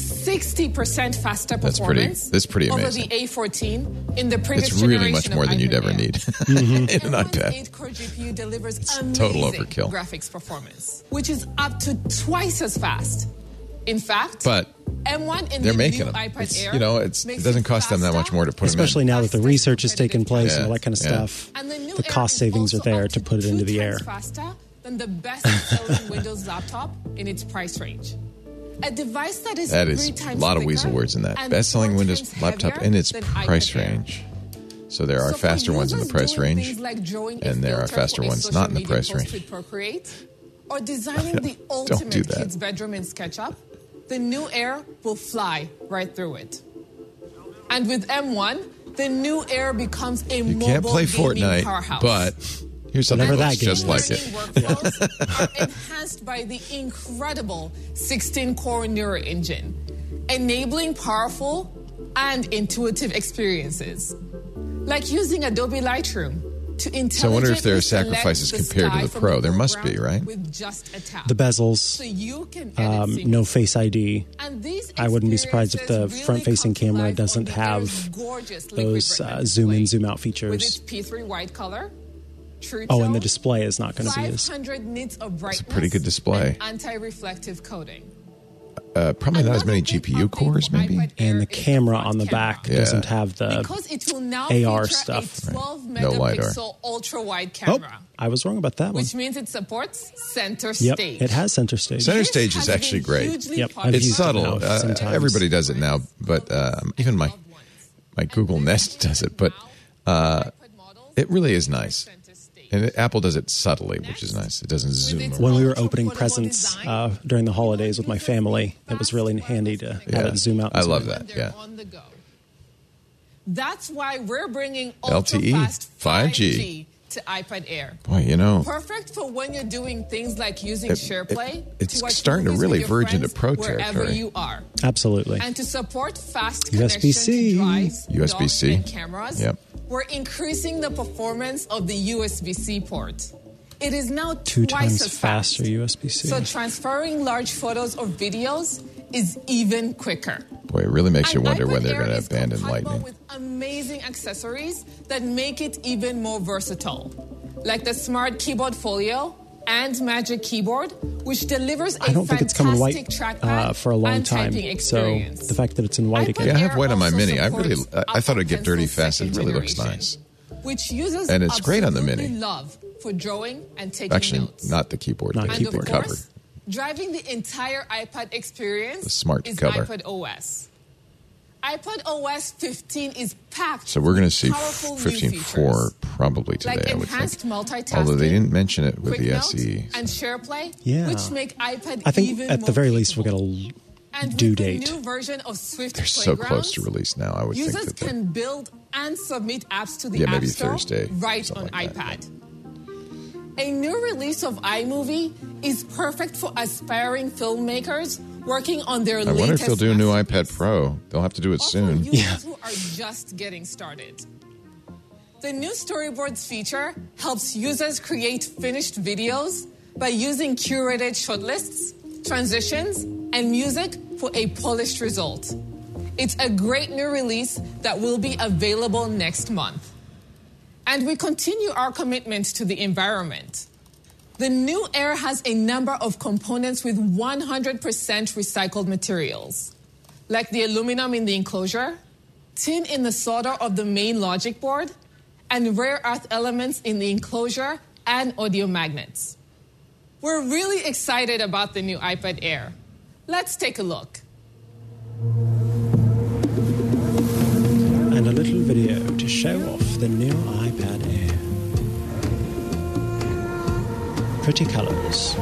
J: 60% faster
C: That's pretty-
J: performance.
C: that's pretty
J: over
C: amazing.
J: the A14 in the previous
C: It's really
J: generation
C: much
J: of
C: more than you'd
J: iPad Mm-hmm.
C: ever
J: Air.
C: need in an
J: M1's
C: iPad.
J: eight-core GPU delivers
C: total
J: amazing
C: overkill.
J: graphics performance, which is up to twice as fast. In fact,
C: But
J: M1 in
C: they're
J: the
C: making
J: new
C: them.
J: iPad
C: It's-
J: Air
C: you know, it's, it
J: makes
C: doesn't cost them that much
J: faster.
C: more to put 'em in.
D: Especially now that the research has taken place and all that kind of
C: Yeah, yeah.
D: stuff.
J: And the, new
D: The
J: Air
D: cost
J: is
D: savings are
J: also
D: there
J: up
D: to put it
J: two
D: into the air.
J: times Faster than the best-selling Windows laptop in its price range. A device that is
C: That
J: three
C: is a
J: times
C: lot of weasel
J: quicker
C: words in that.
J: and
C: Best selling
J: four
C: Windows
J: times
C: laptop
J: heavier
C: in its
J: than
C: price
J: iPad Air.
C: range. So there are
J: So for
C: faster ones in the
J: users
C: price
J: doing
C: range,
J: things like drawing a
C: and there are
J: filter
C: faster
J: for a
C: ones
J: social
C: not in the
J: media
C: price
J: post
C: range.
J: with Procreate, or designing the
C: Don't do
J: ultimate
C: that.
J: kid's bedroom in SketchUp, the new Air will fly right through it. And with M1, the new Air becomes a
C: You
J: mobile
C: can't play
J: gaming
C: Fortnite,
J: powerhouse.
C: but here's something
D: Whatever
C: that
D: that
C: looks
D: game
C: just like
D: is.
C: it.
J: Workflows are enhanced by the incredible 16-core Neural Engine, enabling powerful and intuitive experiences, like using Adobe Lightroom to intelligently
C: I wonder if there are
J: select
C: sacrifices
J: the
C: compared to
J: sky
C: the
J: from
C: Pro. There must be,
J: foreground
C: right?
J: With just a tap.
D: The
J: So
D: bezels,
J: you can edit
D: um,
J: sequences.
D: no face ID.
J: And these
D: I wouldn't be surprised if the
J: experiences
D: front-facing
J: really come to
D: camera
J: life on
D: doesn't
J: the
D: have
J: Air's gorgeous liquid
D: Those
J: retina
D: uh, zoom in,
J: display.
D: zoom out
J: With its
D: features.
J: P3 wide color, true
D: Oh, and the
J: tone,
D: display is not going to be as.
J: 500 nits of brightness.
C: pretty good display.
J: and Anti-reflective coating.
C: Uh, probably not as many
J: Another big
C: GPU
J: update
C: cores,
J: for
C: maybe.
J: iPad Air
D: And the
J: is
D: camera
J: front
D: on the
J: camera.
D: back doesn't have the.
J: because it will now
D: AR
J: feature
D: uh, stuff.
J: a
D: Right.
J: 12
C: No LiDAR.
J: megapixel ultra wide
D: Oh,
J: camera,
D: I was wrong about that one.
J: which means it supports center
D: Yep,
J: stage.
D: it has center stage.
C: Center
J: This
C: stage is
J: has
C: actually
J: been
C: great.
J: hugely
D: Yep, I've
J: popular.
C: It's
D: used it
C: subtle.
D: now
C: Uh,
D: sometimes.
C: everybody does it now, but um, even my my Google Nest does it. But uh, it really is nice, and it, Apple does it subtly, which is nice. It doesn't zoom.
J: its
C: around.
D: when we were
J: Ultra
D: opening
J: portable
D: presents
J: design.
D: uh, during the holidays with my family, it was really handy to have
C: Yeah.
D: it zoom out.
C: I
D: and
C: love
D: zoom in.
C: that.
J: when they're
C: yeah.
J: on the go. That's why we're bringing
C: LTE,
J: ultra-fast
C: 5G.
J: 5G to iPad Air.
C: E, Boy, you know,
J: Perfect for when you're doing things like using
C: It-
J: SharePlay.
C: it- it's
J: to watch
C: starting to
J: movies
C: really
J: with your
C: verge into
J: friends
C: pro
J: wherever
C: territory.
J: you are,
D: Absolutely.
J: and to support fast
D: USB-C.
J: connection to drives, docks,
C: USB-C.
J: and cameras.
C: Yep.
J: We're increasing the performance of the USB-C port. It is now
D: Two
J: twice
D: times
J: as fast.
D: faster USB C.
J: So transferring large photos or videos is even quicker.
C: boy, it really makes you
J: And
C: wonder
J: iPad
C: when they're
J: Air
C: going to
J: is
C: abandon
J: compatible
C: Lightning.
J: With amazing accessories that make it even more versatile, like the Smart Keyboard Folio and Magic Keyboard, which delivers a
D: I don't think it's coming white
J: fantastic trackpad
D: uh, for a long
J: and
D: time.
J: typing
D: So
J: experience.
D: the fact that it's in white
J: iPad
C: Yeah, I
D: again.
C: have white on my
J: also
C: Mini. I really-
J: supports
C: I- I thought it'd get
J: Apple
C: dirty
J: Pencil
C: fast. It
J: second
C: really looks
J: generation,
C: nice.
J: Which users
C: And it's great on the
J: absolutely
C: Mini.
J: Love for drawing and taking
C: Actually,
J: notes.
C: not the keyboard,
D: Not
C: but
J: And
C: the
J: of
D: keyboard.
C: cover.
J: course, driving the entire iPad experience
C: The smart
J: is
C: cover.
J: iPad OS. iPad OS 15 is packed.
C: So we're going to see
J: powerful new
C: 15.4
J: features,
C: probably today,
J: like
C: I would
J: enhanced
C: think.
J: multitasking.
C: Although they didn't mention it with
J: quick
C: the E.
J: notes,
C: SE.
J: and SharePlay,
D: Yeah.
J: which make iPad
D: I think
J: even
D: at the
J: more
D: very least we'll get a
J: capable.
D: l-
J: And with
D: due
J: the
D: date.
J: new version of Swift
C: They're so close
J: Playgrounds,
C: to release now. I would think
J: Users
C: that they-
J: can build and submit apps to the
C: Yeah,
J: App
C: maybe
J: Store
C: Thursday,
J: right on
C: something like that,
J: iPad. A new release of iMovie is perfect for aspiring filmmakers working on their
C: I
J: latest.
C: wonder if they'll do a new
J: masterpiece.
C: iPad Pro. They'll have to do it
J: Or for
C: soon.
J: users who are just getting started. The new storyboards feature helps users create finished videos by using curated shortlists, transitions, and music for a polished result. It's a great new release that will be available next month. And we continue our commitment to the environment. The new Air has a number of components with 100% recycled materials, like the aluminum in the enclosure, tin in the solder of the main logic board, and rare earth elements in the enclosure and audio magnets. We're really excited about the new iPad Air. Let's take a look.
D: And a little video to show off the new iPad Air. Pretty colors.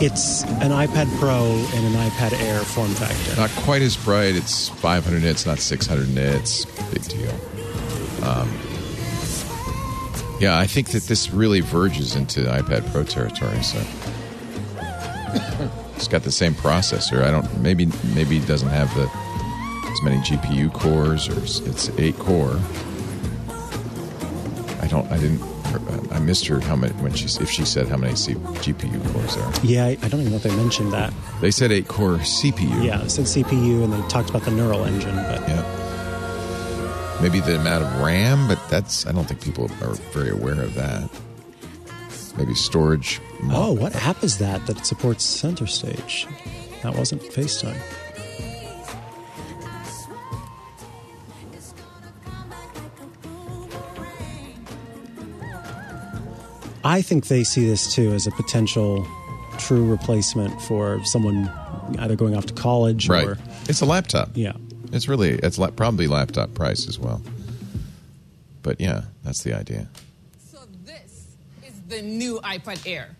D: It's an iPad Pro and an iPad Air form factor.
C: Not quite as bright. It's 500 nits, not 600 nits. Big deal. Um, yeah, I think that this really verges into iPad Pro territory. So it's got the same processor. I don't. Maybe maybe it doesn't have the as many GPU cores, or s- it's eight core. I don't. I didn't. I missed her how many when she if she said how many C, GPU cores there. are.
D: Yeah, I, I don't even know if they mentioned that.
C: They said eight core CPU.
D: Yeah, it said CPU and they talked about the neural engine, but
C: Yeah. Maybe the amount of RAM, but that's I don't think people are very aware of that. Maybe storage.
D: oh, what app is that that supports Center Stage? That wasn't FaceTime. I think they see this too as a potential true replacement for someone either going off to college
C: Right.
D: or
C: It's a laptop.
D: yeah.
C: It's really it's la- probably laptop price as well. But yeah, that's the idea.
J: So this is the new iPad Air.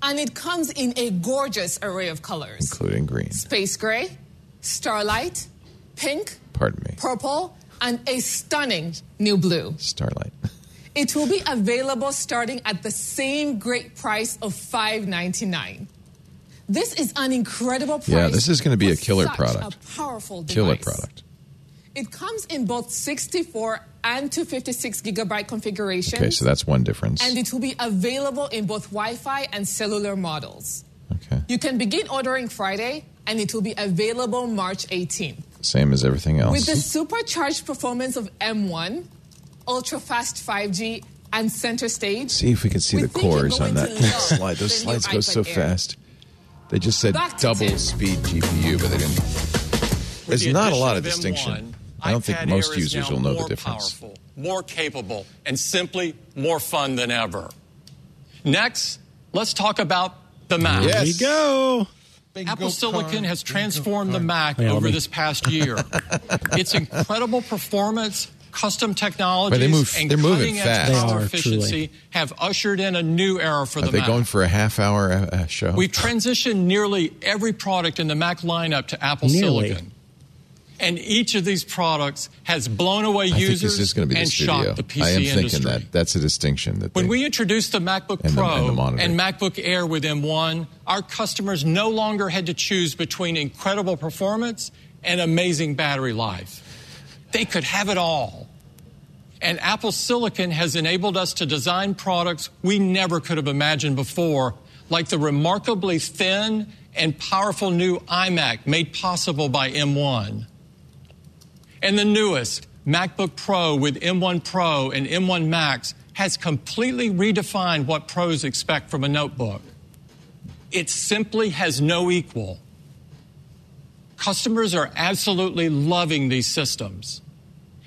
J: And it comes in a gorgeous array of colors.
C: Including green.
J: Space gray, starlight, pink,
C: Pardon me.
J: purple, and a stunning new blue.
C: Starlight.
J: It will be available starting at the same great price of $5.99. This is an incredible price.
C: Yeah, this is gonna be
J: for
C: a killer
J: such
C: product.
J: A powerful device.
C: Killer product.
J: It comes in both 64 and 256 gigabyte configurations.
C: Okay, so that's one difference.
J: and it will be available in both Wi-Fi and cellular models.
C: Okay.
J: You can begin ordering Friday, and it will be available March 18th.
C: Same as everything else.
J: With the supercharged performance of M1, ultra fast 5G, and center stage.
C: see if we can see
J: we
C: the
J: think you're
C: cores on
J: going
C: that
J: to love
C: slide. Those
J: the new
C: slides go so
J: iPad Air.
C: fast. They just said
J: Back to
C: double
J: Tim.
C: speed GPU, but they didn't.
E: With
C: There's
E: the
C: not a lot of
E: addition
C: distinction.
E: M1,
C: I don't think
E: iPad
C: most
E: Air is
C: users
E: now
C: will know the
E: more
C: difference.
E: Powerful, more capable, and simply more fun than ever. Next, let's talk about the Mac.
C: Yes.
D: There you go.
E: Apple Silicon has transformed the Mac
D: Yeah, let
E: over
D: me-
E: this past year. its incredible performance, custom technologies,
C: But they move-
E: and
C: they're moving
E: cutting
C: fast.
E: edge
C: They
E: power
D: are,
E: efficiency
D: truly.
E: have ushered in a new era for
C: Are
E: the
C: they
E: Mac.
C: going for a half hour uh, show?
E: We've transitioned nearly every product in the Mac lineup to Apple
D: Nearly.
E: Silicon. And each of these products has blown away
C: I think
E: users
C: this is going to be the
E: and
C: studio.
E: shocked the PC
C: I am
E: industry.
C: thinking that that's a distinction that
E: When
C: they-
E: we introduced the MacBook
C: And the-
E: Pro
C: and the monitor.
E: and MacBook Air with M1, our customers no longer had to choose between incredible performance and amazing battery life. They could have it all. And Apple Silicon has enabled us to design products we never could have imagined before, like the remarkably thin and powerful new iMac made possible by M1. And the newest MacBook Pro with M1 Pro and M1 Max has completely redefined what pros expect from a notebook. It simply has no equal. Customers are absolutely loving these systems.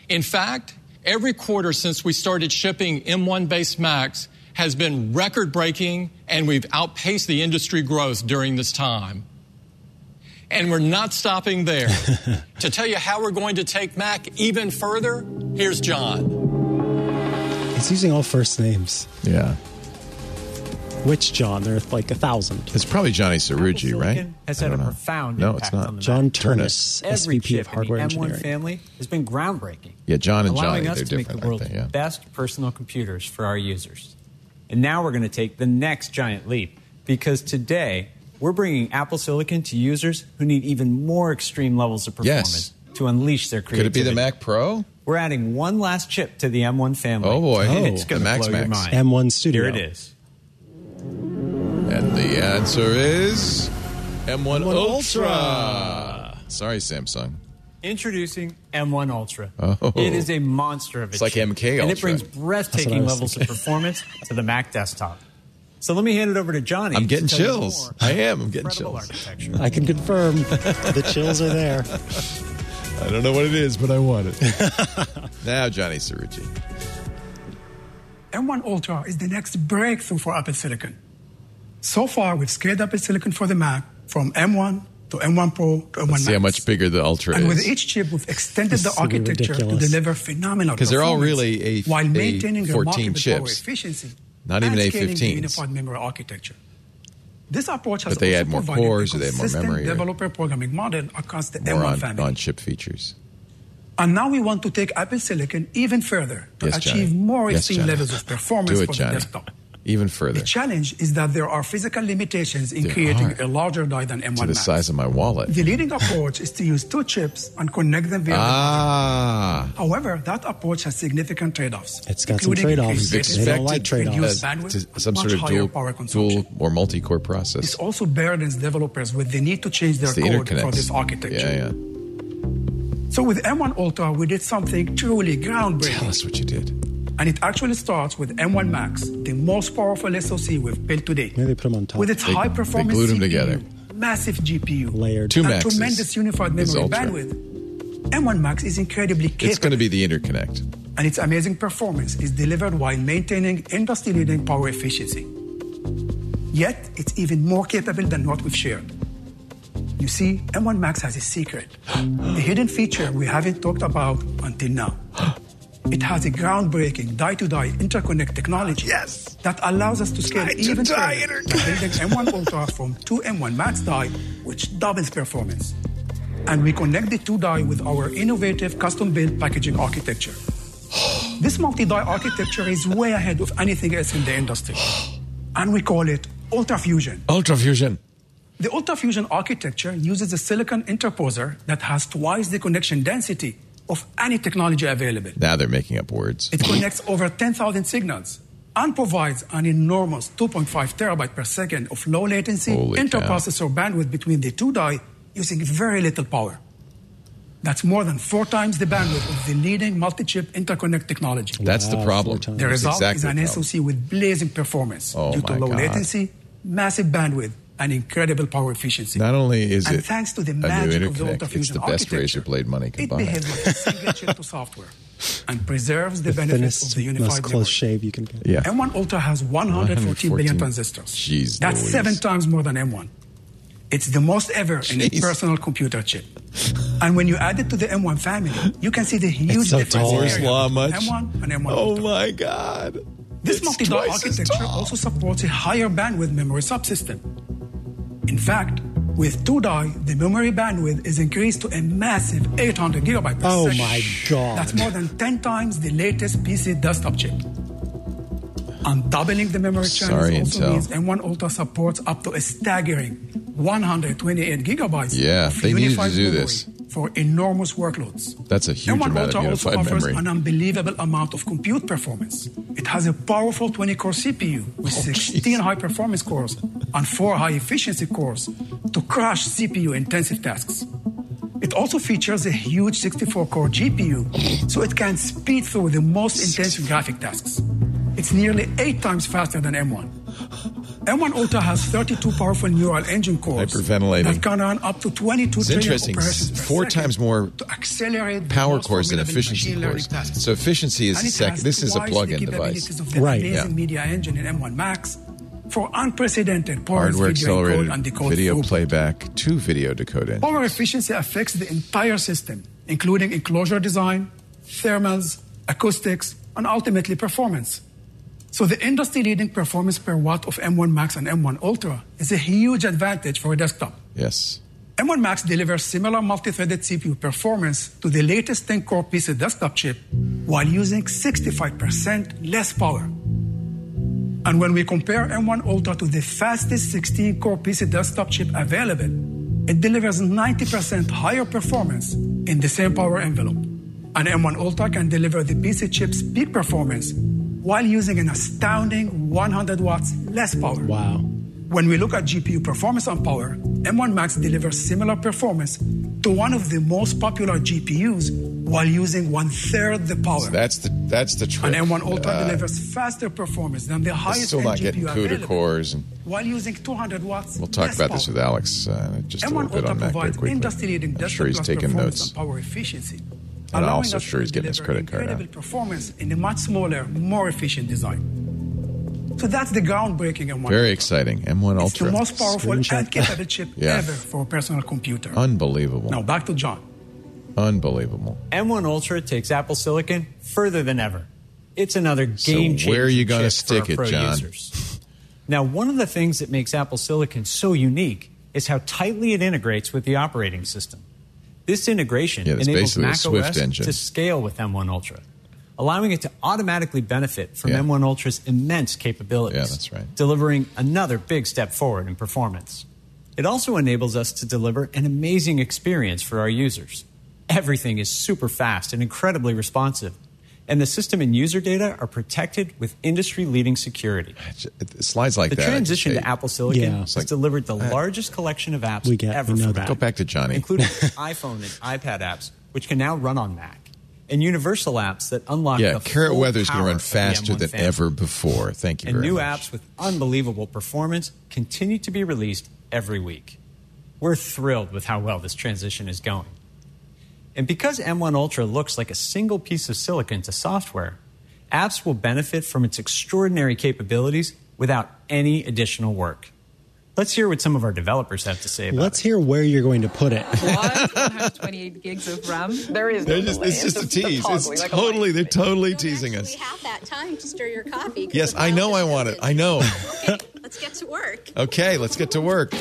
E: In fact, every quarter since we started shipping M1 based Macs has been record breaking, and we've outpaced the industry growth during this time. And we're not stopping there. to tell you how we're going to take Mac even further, here's John.
D: It's using all first names.
C: yeah,
D: Which John? There are like a thousand.
C: it's probably Johnny Cerugi,
K: Silicon
C: right?
K: has
C: I
K: had
C: don't know.
K: a profound
C: No,
K: impact
C: it's not.
K: on the
D: John
C: Turnus.
D: Turnus,
K: Every
D: SVP
K: chip
D: of Hardware
K: in the M1
D: Engineering.
K: family has been groundbreaking.
C: Yeah, John and
K: allowing
C: Johnny,
K: us
C: they're
K: to make the
C: different, I
K: world's
C: think, yeah.
K: best personal computers for our users. And now we're going to take the next giant leap because today we're bringing Apple Silicon to users who need even more extreme levels of
C: Yes.
K: performance to unleash their
C: Could it
K: creativity.
C: be the Mac Pro?
K: We're adding one last chip to the M1 family.
C: Oh, boy.
K: and
C: Oh.
K: it's going
C: The
K: to
C: Max
K: blow your
C: Max.
K: mind.
D: M1 Studio.
K: Here it is.
C: And the answer is M1, Ultra.
K: Ultra.
C: Sorry, Samsung.
K: Introducing M1 Ultra.
C: Oh.
K: It is a monster of a
C: It's like
K: chip,
C: MK
K: And
C: Ultra.
K: it brings
D: That's what I
K: breathtaking
D: was
K: levels of performance to the Mac desktop. So let me hand it over to Johnny.
C: I'm getting
K: to tell you
C: chills.
K: more
C: I am. I'm getting
K: Incredible
C: chills.
K: architecture.
D: I can confirm the chills are there.
C: I don't know what it is, but I want it. now, Johnny Cerugi.
H: M1 Ultra is the next breakthrough for Apple Silicon. So far, we've scaled Apple Silicon for the Mac from M1 to M1 Pro to M1 Max.
C: See how much bigger the Ultra
H: And
K: E,
H: with
C: is.
H: each chip, we've extended
D: This
H: the
D: is gonna be
H: architecture to
D: ridiculous.
H: deliver phenomenal
C: 'Cause they're all
H: performance
C: really a-
H: while
C: a
H: maintaining
C: 14
H: remarkable power
C: chips.
H: efficiency.
C: Not even
H: and scaling the
C: A15s.
H: unified memory architecture. This approach has
C: But they
H: also
C: add more
H: provided a
C: cores, or they add more
H: consistent
C: memory, or-
H: developer programming model across the
C: More
H: M1
C: on,
H: family.
C: on-chip features.
H: And now we want to take Apple Silicon even further to
C: Yes,
H: achieve
C: Johnny.
H: more
C: Yes,
H: extreme
C: Johnny.
H: levels of performance
C: Do it,
H: for
C: Johnny.
H: the desktop.
C: Even further
H: The challenge is that there are physical limitations in
C: There
H: creating
C: are.
H: a larger die than M1
C: to the
H: Max.
C: size of my wallet.
H: The leading approach is to use two chips and connect them via.
C: Ah.
H: However, that approach has significant trade-offs.
D: It's got some trade-offs.
H: increased
D: They don't like
H: reduced
D: trade-offs.
H: bandwidth,
C: To some
H: much
C: sort of
H: higher
C: dual,
H: power consumption.
C: dual or multi-core process.
H: This also burdens developers with the need to change their
C: It's the
H: code
C: interconnects.
H: for this architecture.
C: Yeah, yeah.
H: So with M1 Ultra, we did something truly
C: Tell
H: groundbreaking,
C: us what you did.
H: and it actually starts with M1 Max, the most powerful SoC we've built today.
D: Maybe they put them on top.
H: With its
C: They-
H: high performance
C: they glued 'em
H: CPU,
C: together.
H: massive GPU,
D: Layered.
C: Two
H: and
C: maxes
H: tremendous unified
C: is
H: memory
C: ultra.
H: bandwidth, M1 Max is incredibly
C: It's
H: capable,
C: going to be the interconnect.
H: and its amazing performance is delivered while maintaining industry-leading power efficiency. Yet, it's even more capable than what we've shared. You see, M1 Max has a secret, a hidden feature we haven't talked about until now. It has a groundbreaking die-to-die interconnect technology
C: Yes.
H: that allows us to scale even
C: Die-to-die
H: further by
C: interconnect.
H: building M1 Ultra from two M1 Max die, which doubles performance. And we connect the two die with our innovative custom-built packaging architecture. This multi-die architecture is way ahead of anything else in the industry, and we call it Ultra Fusion.
C: Ultrafusion.
H: The ultrafusion architecture uses a silicon interposer that has twice the connection density of any technology available.
C: Now they're making up words.
H: It connects over 10,000 signals and provides an enormous 2.5 terabyte per second of low latency
C: Holy cow.
H: interprocessor bandwidth between the two die using very little power. That's more than four times the bandwidth of the leading multi-chip interconnect technology.
C: That's the
D: Wow,
C: problem.
D: four times.
H: The
C: That's
H: result is
C: exactly
H: an
C: the problem.
H: SoC with blazing performance
C: Oh
H: due to
C: my
H: low
C: God.
H: latency, massive bandwidth, and incredible power efficiency.
C: Not only is
H: and
C: it
H: thanks to the
C: a new
H: magic of the
C: interconnect,
H: Ultra
C: it's
H: Fusion
C: the best razor
H: architecture,
C: blade money
H: It
C: combined.
H: behaves like a single chip to software and preserves the,
D: the
H: benefits of
D: thinnest,
H: the
D: most
H: unified
D: close
H: memory.
D: shave you can get.
C: Yeah.
H: M1 Ultra has 114
C: 114.
H: billion transistors.
C: Jeez
H: That's
C: Louise.
H: seven times more than M1. It's the most ever in a
C: Jeez.
H: personal computer chip. And when you add it to the M1 family, you can see the huge
D: so
H: difference
D: tall.
H: in
D: Moore's
H: area
C: Law
H: between
C: much?
H: M1 and M1
C: Oh
H: Ultra.
C: my God.
H: This
C: It's
H: multi-die
C: twice as
H: architecture
C: tall.
H: also supports a higher bandwidth memory subsystem. In fact, with two die, the memory bandwidth is increased to a massive 800 gigabyte per
D: Oh
H: second.
D: my God.
H: That's more than 10 times the latest PC desktop chip. And doubling the memory channels
C: Sorry,
H: also
C: Intel.
H: means M1 Ultra supports up to a staggering 128 gigabytes
C: Yeah,
H: of
C: they needed to
H: unified
C: do
H: memory
C: this.
H: for enormous workloads.
C: That's a huge
H: M1
C: amount of
H: Ultra also
C: unified
H: offers
C: memory.
H: an unbelievable amount of compute performance. It has a powerful 20-core CPU with
C: Oh,
H: 16 high-performance cores and four high-efficiency cores to crush CPU-intensive tasks. It also features a huge 64-core GPU, so it can speed through the most intense graphic tasks. It's nearly eight times faster than M1. M1 Ultra has 32 powerful neural engine cores
C: Hyperventilating.
H: that can run up to 22
C: It's
H: trillion
C: interesting.
H: operations per
C: Four
H: second
C: times more
H: to accelerate the
C: Power
H: most
C: cores than
H: formidable
C: efficiency
H: machine learning
C: cores.
H: tasks.
C: So efficiency is
H: And
C: the
H: it
C: sec-
H: has
C: this is a
H: twice the
C: plug-in
H: capabilities
C: device.
H: of the
D: Right,
H: amazing
C: yeah.
H: media engine in M1 Max for unprecedented power
C: Hardware
H: video encode
C: accelerated
H: and decode
C: video
H: throughput.
C: playback to video decoding.
H: Power efficiency affects the entire system, including enclosure design, thermals, acoustics, and ultimately performance. So the industry-leading performance per watt of M1 Max and M1 Ultra is a huge advantage for a desktop.
C: Yes.
H: M1 Max delivers similar multi-threaded CPU performance to the latest 10-core PC desktop chip while using 65% less power. And when we compare M1 Ultra to the fastest 16-core PC desktop chip available, it delivers 90% higher performance in the same power envelope. And M1 Ultra can deliver the PC chip's peak performance while using an astounding 100 watts less power.
D: Wow.
H: When we look at GPU performance and power, M1 Max delivers similar performance to one of the most popular GPUs while using one third the power.
C: That's the that's the trick.
H: and M1 Ultra
C: Uh,
H: delivers faster performance than the highest
C: still
H: end
C: not getting
H: GPU
C: CUDA
H: available
C: cores, and
H: while using 200 watts.
C: we'll talk
H: less
C: about this
H: power.
C: with Alex uh, in just a
H: M1
C: little bit
H: Ultra
C: on that very
H: provides
C: quickly.
H: industry-leading
C: I'm
H: desktop
C: sure he's
H: class
C: taking
H: performance
C: notes.
H: and power efficiency.
C: And I'm
H: allowing
C: also
H: us
C: sure
H: to
C: he's getting his
H: deliver
C: credit card out.
H: Incredible performance in a much smaller, more efficient design. So that's the groundbreaking M1.
C: Very
H: Ultra.
C: exciting. M1
H: It's the
C: Ultra.
H: most powerful
D: Screenshot.
H: and capable chip
C: Yeah.
H: ever for a personal computer.
C: Unbelievable.
H: now back to John.
C: Unbelievable.
K: M1 Ultra takes Apple Silicon further than ever. It's another game changer.
C: where are you gonna
K: going to
C: stick it, John?
K: Now, one of the things that makes Apple Silicon so unique is how tightly it integrates with the operating system. This integration
C: Yeah, it's
K: enables
C: basically a
K: Mac
C: Swift
K: OS
C: engine.
K: to scale with M1 Ultra, allowing it to automatically benefit from
C: Yeah.
K: M1 Ultra's immense capabilities.
C: Yeah, that's right.
K: Delivering another big step forward in performance. It also enables us to deliver an amazing experience for our users. Everything is super fast and incredibly responsive. And the system and user data are protected with industry leading security.
C: Slides like
K: the
C: that. I
K: transition
C: just
K: to
C: hate.
K: Apple Silicon
C: Yeah.
K: has
C: It's like- uh,
K: delivered the largest collection of apps
D: We get-
K: ever
D: we know
K: from
D: that.
K: Apple,
D: Go
C: back to Johnny.
K: including iPhone and iPad apps, which can now run on Mac, and Universal apps that unlock
C: Yeah,
K: the
C: Carrot
K: full
C: Weather's going to
K: power
C: run
K: of the
C: faster
K: M1
C: than
K: family.
C: ever before. Thank you
K: And
C: very
K: new
C: much.
K: apps with unbelievable performance continue to be released every week. We're thrilled with how well this transition is going. And because M1 Ultra looks like a single piece of silicon to software, apps will benefit from its extraordinary capabilities without any additional work. Let's hear what some of our developers have to say about
D: Let's hear where you're going to put it.
L: One, 128 gigs of RAM. There is no
C: They're just,
L: delay.
C: it's just a
L: the
C: tease.
L: toggle,
C: It's
L: like a light.
C: totally, they're totally teasing us.
M: have that time to stir your coffee. 'cause
C: Yes,
M: the
C: I know
M: file
C: I want it. I know.
M: is- Okay, let's get to work.
C: Okay, let's get to work.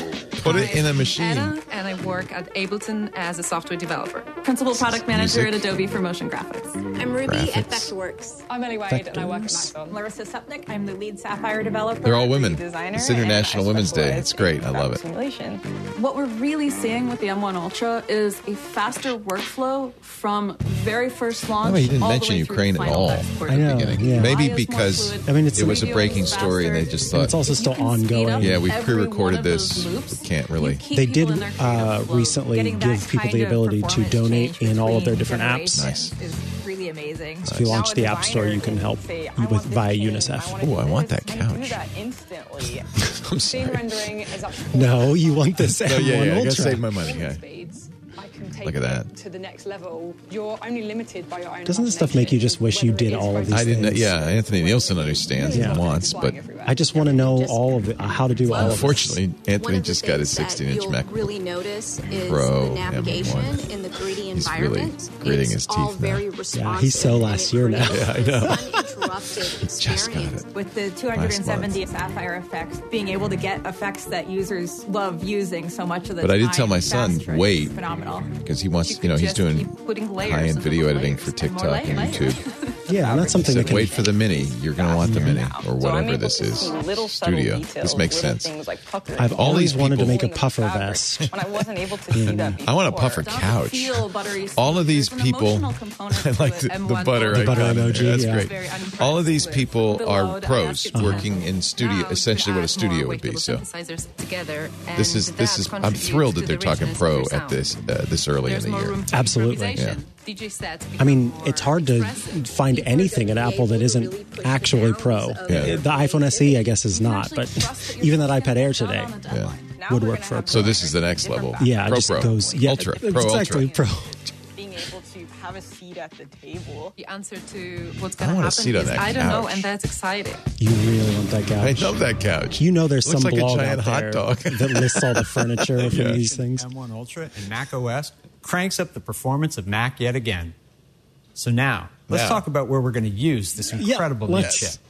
C: Put it in a
L: I'm
C: machine.
L: Anna, and I work at Ableton as a software developer, principal product manager
C: music.
L: at Adobe for motion graphics.
M: I'm Ruby at
C: Graphics.
M: Vectorworks.
L: I'm Ellie
C: White, and I work at Vectors.
L: Larissa Supnik. I'm the lead Sapphire developer.
C: They're all women. It's International Women's Day. It's great. I love it.
L: simulation. What we're really seeing with the M1 Ultra is a faster workload from very first launch.
C: By the way, he didn't
L: all the
C: mention
L: way through
C: Ukraine at
L: final
C: all at
L: export.
C: the beginning.
D: yeah.
C: Maybe
L: Why is
C: because
L: more fluid?
C: I mean, it was a breaking story and they just thought.
D: And it's also still ongoing.
C: Yeah, we've pre recorded this. We can't really.
D: They did uh, recently give people the ability to donate in all of their different apps.
C: Nice.
N: is really amazing.
D: So if you launch the App Store, you can help with via UNICEF.
C: Oh, I want that couch.
N: that instantly.
C: I'm
N: Scene
C: sorry.
N: rendering is up to
D: No, you want this
C: No, yeah,
D: M1
C: yeah, I gotta
D: Ultra.
C: save my money. Yeah.
N: speeds. I can take
C: Look at that.
N: it to the next level. You're only limited by your own.
D: Doesn't this stuff make you just wish you did all of these
C: I didn't.
D: things?
C: Yeah, Anthony Nielsen understands and wants, but
D: I just want to know all of it, how to do all of it.
C: unfortunately, Anthony just got his 16-inch
M: You'll
C: Mac.
M: really notice is
C: Pro
M: the navigation
C: M1.
M: in the greedy
C: He's really
M: environment.
C: gritting
M: it's
C: his
M: all
C: teeth now.
M: very
C: Yeah,
M: responsive.
D: he's so
M: and
D: last
M: it
D: year now.
M: creates
C: Yeah, I know.
M: this Uninterrupted experience.
N: With the
C: Last month.
N: 270 Sapphire effects, being able to get effects that users love using so much of the
C: But I
N: time.
C: did tell my son,
N: faster is
C: wait,
N: Phenomenal.
C: because he wants, you know, he's doing high-end video editing for TikTok and YouTube.
D: Yeah, and that's something
C: Said,
D: that can
C: wait for the mini. You're going to want the mini or
N: So I'm
C: whatever
N: able
C: this
N: to
C: is.
N: see little subtle
C: Studio.
N: details,
C: This makes
N: little
C: sense.
N: things like puckers.
D: I've
C: all
D: always
C: these
D: wanted to
C: people-
D: make a puffer vest.
N: When I wasn't able to see that
C: Hmm. I want a
N: before.
C: puffer couch.
L: feel buttery
C: All of these
L: There's an
C: people,
L: emotional component
C: I like
L: to
C: the,
L: it.
C: the
L: M1
C: butter.
D: The
C: icon
D: butter
C: in there.
D: emoji,
C: That's
D: yeah.
L: Very
C: great. All of these people are
L: Below,
C: pros
L: I asked
C: working in studio, essentially what a studio would be. So this is this is. I'm thrilled that they're talking pro at this uh, this early in the year.
D: Absolutely.
C: Yeah.
L: DJ sets
D: I mean, it's hard to find anything at Apple that isn't actually pro.
C: Yeah.
D: The iPhone SE, I guess, is not, but even that iPad Air today would work for a pro.
C: So this is the next level.
D: Yeah, it
C: pro
D: just
C: pro
D: goes- yeah,
C: ultra pro
D: exactly,
C: ultra.
D: pro.
N: Being able to have a seat at the table.
L: The answer to what's
C: I
L: going to
C: want a
L: happen
C: seat on
L: is
C: that
L: I don't know,
C: couch.
L: and that's exciting.
D: You really want that
C: I
D: couch.
C: love that couch.
D: You know there's
C: Looks
D: some
C: like
D: blog
C: a giant
D: out
C: hot
D: there
C: dog.
D: that lists all the furniture from
C: Yeah.
D: these things.
K: M1 Ultra and Mac OS cranks up the performance of Mac yet again. So now, let's
C: Now.
K: talk about where we're going to use this incredible new
C: let's.
K: chip.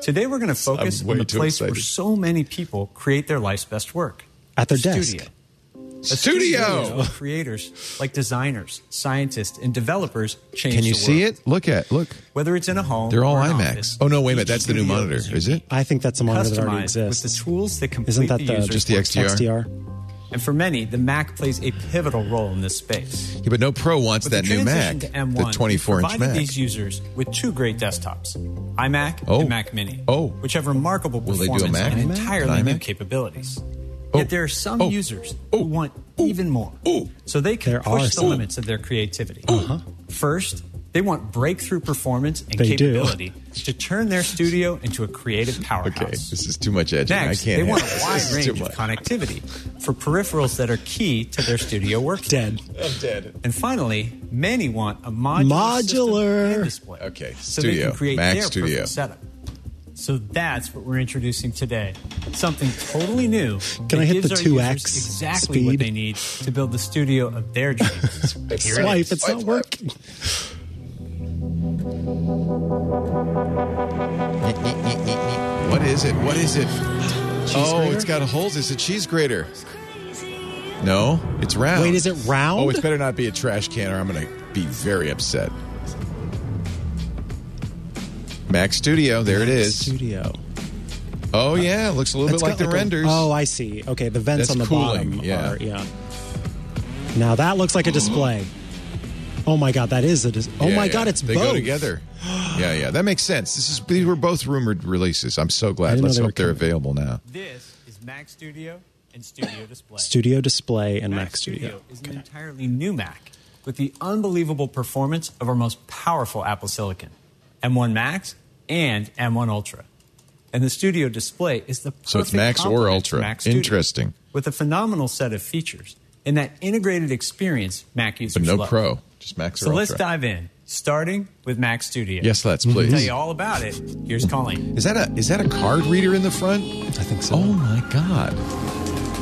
K: Today we're going to focus
C: I'm
K: on
C: way
K: the
C: too
K: place
C: excited.
K: where so many people create their life's best work.
D: At their desk.
K: studio. A
C: Studio!
K: is where creators like designers, scientists, and developers change
C: Can you
K: the
C: see
K: world.
C: it? Look at look.
K: Whether it's in a home,
C: They're all
K: or an
C: IMAX.
K: office,
C: Oh no, wait a minute.
K: each
C: That's the new
K: studio
C: monitor, is it?
D: I think that's a monitor that already
K: customized with
D: exists.
K: the tools that complete
D: Isn't that the,
K: user's
C: Just the
K: work.
C: XDR?
K: And for many, the Mac plays a pivotal role in this space.
C: Yeah, but no pro wants
K: With
C: that
K: the
C: new Mac,
K: transition to M1,
C: the 24 inch
K: provided
C: Mac.
K: these users with two great desktops, iMac
C: Oh.
K: and Mac Mini,
C: Oh.
K: which have remarkable
C: Will they do a
K: performance
C: Mac?
K: and
C: iMac?
K: entirely
C: An
K: new
C: iMac?
K: capabilities.
C: Oh.
K: Yet there are some
C: Oh.
K: users who want even more, so they can
D: There are
K: push the
D: some. Uh-huh.
K: limits of their creativity. First, they want breakthrough performance and
D: They do.
K: capability to turn their studio into a creative powerhouse.
C: Okay, this is too much edge. I
K: Next,
C: can't.
K: they want
C: handle
K: a
C: this.
K: wide
C: This is
K: range
C: too
K: of
C: much.
K: connectivity for peripherals that are key to their studio workflow.
D: Dead.
C: I'm dead.
K: And finally, many want a modular,
D: Modular.
K: system and display.
C: Okay,
K: so they
C: studio,
K: can create
C: Mac
K: their
C: Studio.
K: perfect setup. So that's what we're introducing today. Something totally new.
D: Can I
K: that
D: hit the
K: gives our users
D: 2x
K: exactly what
D: speed?
K: they need to build the studio of their dreams. Here it
D: Swipe,
K: is.
D: it's not working.
C: Nyeh, nyeh, nyeh, nyeh, nyeh. What is it? What is it? Oh, it's got holes. It's a cheese grater. No, it's round.
D: Wait, is it round?
C: Oh, it's better not be a trash can, or I'm going to be very upset. Mac Studio, there it
D: Mac
C: is.
D: Studio.
C: Oh yeah, looks a little
D: It's
C: bit like
D: got
C: the
D: a-
C: renders.
D: oh, I see. Okay, the vents
C: That's
D: on the
C: cooling,
D: bottom
C: yeah.
D: are yeah. Now that looks like a display. oh my god, that is a dis- Oh
C: Yeah,
D: my
C: yeah.
D: god, it's
C: they
D: both
C: go together. yeah, yeah, that makes sense. This is these were both rumored releases. I'm so
D: I
C: glad.
D: didn't know
C: Let's
D: they were
C: hope they're available now.
K: This is Mac Studio and Studio Display.
D: Studio display and Mac, Studio.
K: is an entirely new Mac with the unbelievable performance of our most powerful Apple Silicon, M1 Max and M1 Ultra. And the Studio Display is the perfect
C: So it's Max or
K: complement to
C: Ultra.
K: Mac Studio
C: Interesting,
K: with a phenomenal set of features and that integrated experience Mac
C: but
K: users
C: no
K: love.
C: Pro, just Max or
K: So
C: Ultra.
K: let's dive in, starting with Mac Studio.
C: Yes, let's,
K: To
C: please.
K: tell you all about it. Here's Colleen.
C: Is that a is that a card reader in the front? I
D: think so.
C: Oh my god.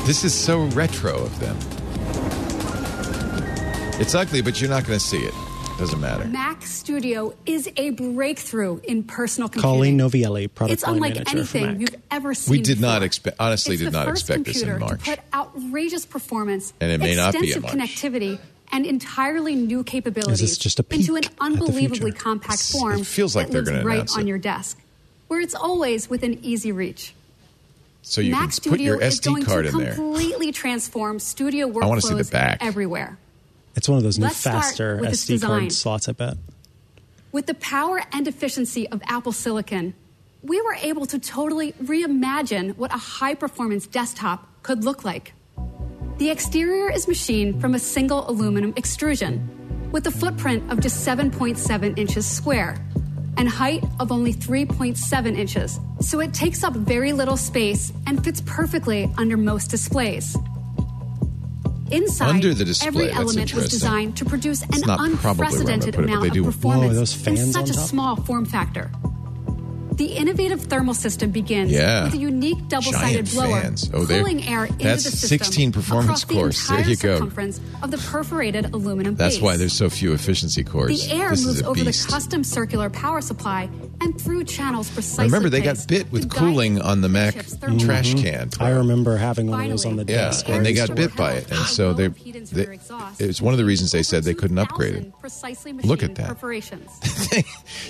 C: This is so retro of them. It's ugly, but you're not going to see it. Doesn't matter.
O: Mac Studio is a breakthrough in personal computing.
D: Colleen Novielli, product
O: it's
D: line
O: unlike
D: manager for Mac.
O: anything you've ever seen.
C: We did
O: before.
C: not expect honestly
O: It's
C: did
O: the
C: not
O: first
C: expect this in
O: computer
C: March.
O: To put outrageous performance,
C: And it may not be in
O: extensive connectivity, and entirely new capabilities
C: just a
O: into an
C: peek at the
O: unbelievably
C: future?
O: compact
C: It's-
O: form
C: it feels like
O: that
C: they're
O: lives
C: gonna
O: right
C: announce
O: on
C: it.
O: your desk, where it's always within easy reach.
C: So you
O: Mac
C: can
O: Studio
C: put your
O: is going
C: SD card
O: to
C: in there.
O: completely transform studio
C: I wanna see the
O: workflows
C: back.
O: everywhere.
D: It's one of those new
O: Let's start
D: faster
O: with its
D: SD
O: design.
D: card slots, I bet.
O: With the power and efficiency of Apple Silicon, we were able to totally reimagine what a high performance desktop could look like. The exterior is machined from a single aluminum extrusion, with a footprint of just 7.7 inches square and height of only 3.7 inches, so it takes up very little space and fits perfectly under most displays. Inside,
C: Under the display,
O: every
C: that's
O: element was
C: interesting.
O: designed to produce an
C: It's not probably where I'm gonna
O: unprecedented
C: put it, but
O: amount
C: they
O: of
C: do- Whoa,
O: performance
C: those
O: in
C: fans
O: such
C: on
O: a
C: top?
O: small form factor. The innovative thermal system begins
C: Yeah.
O: with a unique double-sided
C: Giant
O: blower,
C: fans. Oh, there-
O: cooling air into
C: that's
O: the system
C: 16 performance
O: across the
C: cores. There
O: entire
C: you go.
O: circumference of the perforated aluminum
C: That's
O: base.
C: why there's so few efficiency cores.
O: The air
C: this
O: moves
C: is a
O: over
C: beast.
O: the custom circular power supply and through channels precisely.
C: Remember, they got
O: placed
C: bit
O: to
C: with
O: guide
C: cooling on the Mac
O: chips thermal
C: trash
D: Mhm.
C: can.
D: I remember having one of those on
O: Finally,
D: the
C: Yeah,
D: desk.
C: and they got bit by it, and so they. they it's one of the reasons they said they couldn't upgrade it.
O: precisely
C: Look at
O: machined
C: that.
O: perforations.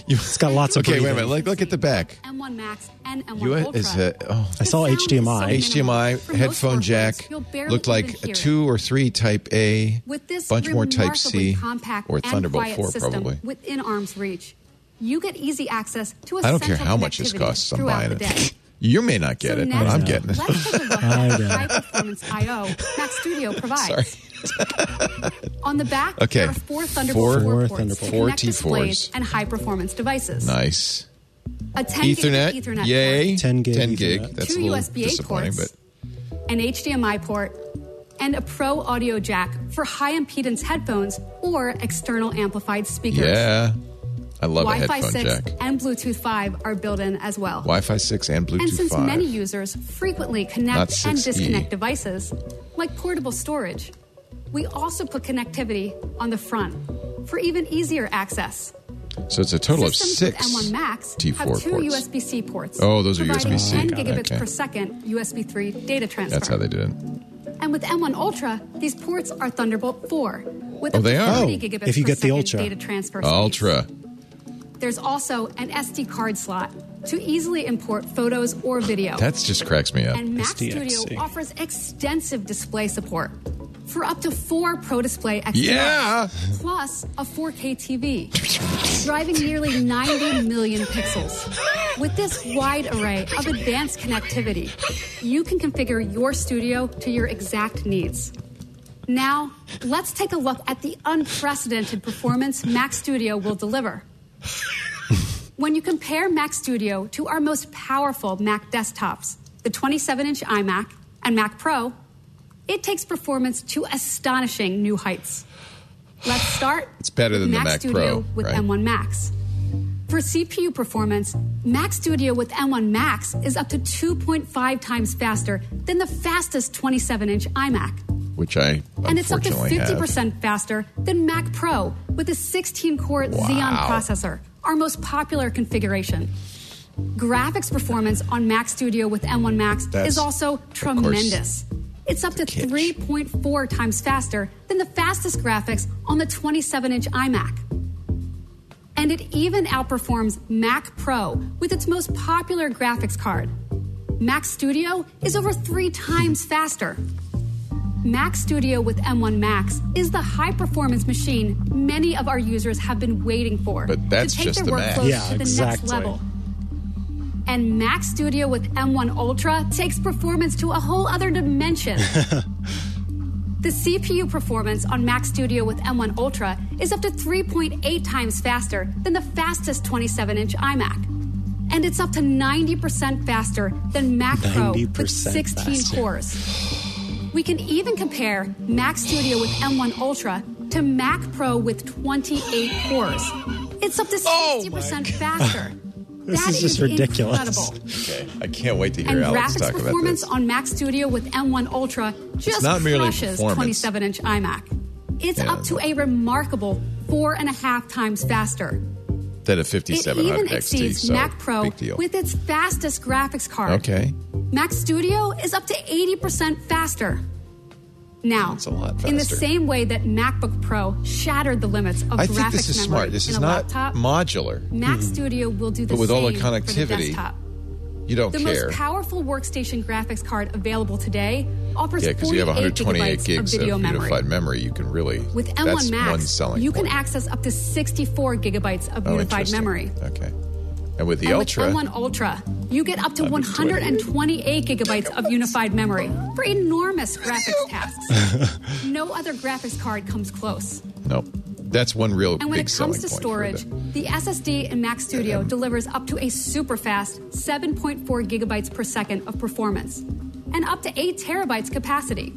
C: It's
D: got lots of
C: Okay, wait a
D: breathing.
C: minute. Look, look at the back.
O: M1 Max and M1
C: You
O: Ultra.
C: is a oh.
D: I saw HDMI.
C: HDMI headphone jack
O: you'll barely
C: looked like
O: even
C: a
O: hear
C: two or three Type A,
O: With this
C: bunch more Type
O: remarkably
C: C,
O: compact
C: or
O: and
C: Thunderbolt
O: quiet
C: Four
O: system
C: probably.
O: within arm's reach, you get easy access to
C: I don't care
O: essential
C: how much this
O: connectivity
C: costs. I'm
O: throughout
C: buying
O: the day.
C: it. You may not get
O: So
C: it, but
O: next,
C: I'm getting it.
O: Let's take a look
C: I
O: at the
C: know.
O: high performance I/O Mac Studio provides.
C: Sorry.
O: On the back,
C: Okay.
O: there are four Thunderbolt
C: Four-
O: four,
C: Four
O: ports
C: Thunderbolt.
O: to connect
C: Four
O: displays
C: T4s.
O: and high performance devices.
C: Nice.
O: A 10 gig
C: Ethernet,
O: Ethernet
C: yay!
O: port.
C: 10 gig, That's
O: Two
C: a little
O: USB-A
C: disappointing,
O: ports.
C: but
O: an HDMI port, and a pro audio jack for high impedance headphones or external amplified speakers.
C: yeah, I love a
O: Wi-Fi
C: headphone
O: 6
C: jack.
O: and Bluetooth 5 are built in as well.
C: Wi-Fi six and Bluetooth
O: and since
C: five.
O: many users frequently
C: Not E.
O: connect and
C: 6E.
O: disconnect devices, like portable storage, we also put connectivity on the front for even easier access.
C: so it's a total of
O: Systems
C: six.
O: with M1 Max
C: T4
O: have two
C: ports.
O: USB-C ports.
C: Oh, those are
O: providing
C: USB-C.
O: 10
C: Got it,
O: gigabits
C: okay.
O: per second USB 3 data transfer.
C: That's how they did it.
O: And with M1 Ultra, these ports are Thunderbolt 4 with
C: Oh,
O: up to
C: they are. Oh,
O: 30 gigabits
C: if you
O: per
C: get the
O: second
C: Ultra.
O: data transfer.
C: Ultra.
O: There's also an SD card slot to easily import photos or video.
C: That just cracks me up.
O: and Mac Studio offers extensive display support for up to four Pro Display XDRs,
C: Yeah.
O: plus a 4K TV, driving nearly 90 million pixels. With this wide array of advanced connectivity, you can configure your studio to your exact needs. Now, let's take a look at the unprecedented performance Mac Studio will deliver. When you compare Mac Studio to our most powerful Mac desktops, the 27 inch iMac and Mac Pro, it takes performance to astonishing new heights. Let's start
C: It's better
O: with
C: than the
O: Mac
C: Mac
O: Studio
C: Pro,
O: with
C: right?
O: M1 Max. For CPU performance, Mac Studio with M1 Max is up to 2.5 times faster than the fastest 27 inch iMac.
C: which I
O: And it's up to
C: unfortunately
O: 50%
C: have.
O: faster than Mac Pro with a 16 core Xeon processor, our most popular configuration. Graphics performance on Mac Studio with M1 Max
C: That's,
O: is also
C: of course,
O: tremendous. It's up to 3.4 times faster than the fastest graphics on the 27 inch iMac. And it even outperforms Mac Pro with its most popular graphics card. Mac Studio is over three times faster. Mac Studio with M1 Max is the high performance machine many of our users have been waiting for
C: But that's
O: to take
C: just
O: their
C: the Mac.
O: workflows
C: Yeah,
O: to the
C: exactly.
O: next level. And Mac Studio with M1 Ultra takes performance to a whole other dimension. the CPU performance on Mac Studio with M1 Ultra is up to 3.8 times faster than the fastest 27 inch iMac. And it's up to 90% faster than Mac Pro with
P: 90%
O: 16
P: faster.
O: cores. We can even compare Mac Studio with M1 Ultra to Mac Pro with 28 cores. It's up to 60% faster.
C: Oh This
O: That
C: is just
D: ridiculous.
O: incredible.
C: Okay, I can't wait to
O: and
C: hear Alex
O: graphics
C: talk about
O: performance
C: this.
O: on Mac Studio with M1 Ultra just
C: not merely
O: crushes
C: performance.
O: 27 inch iMac. It's
C: Yeah.
O: up to a remarkable four and a half times faster.
C: That a
O: It
C: 5700
O: even
C: XT,
O: exceeds
C: so
O: Mac Pro
C: big deal.
O: with its fastest graphics card.
C: okay,
O: Mac Studio is up to 80% faster. Now,
C: it's a lot faster.
O: in the same way that MacBook Pro shattered the limits of
C: I
O: graphics
C: think this is
O: memory
C: smart. This
O: in
C: is
O: a
C: not
O: laptop,
C: modular.
O: Mac Studio will do the
C: But with
O: same
C: all the
O: for the
C: connectivity,
O: desktop.
C: You don't
O: The
C: care.
O: most powerful workstation graphics card available today offers
C: yeah, because you have
O: 48
C: 128
O: gigabytes
C: gigs of
O: of video memory.
C: unified memory. You can really
O: With M1
C: that's
O: Max,
C: one selling
O: you
C: point.
O: can access up to 64 gigabytes of
C: Oh,
O: unified
C: interesting.
O: memory.
C: Okay, and with the
O: and
C: Ultra,
O: with M1 Ultra, you get up to
C: 128.
O: 128 gigabytes of unified memory for enormous graphics tasks. no other graphics card comes close.
C: no, that's one real
O: And when
C: big
O: it comes
C: selling
O: to
C: point.
O: storage, the SSD in Mac Studio delivers up to a super fast 7.4 gigabytes per second of performance and up to 8 terabytes capacity.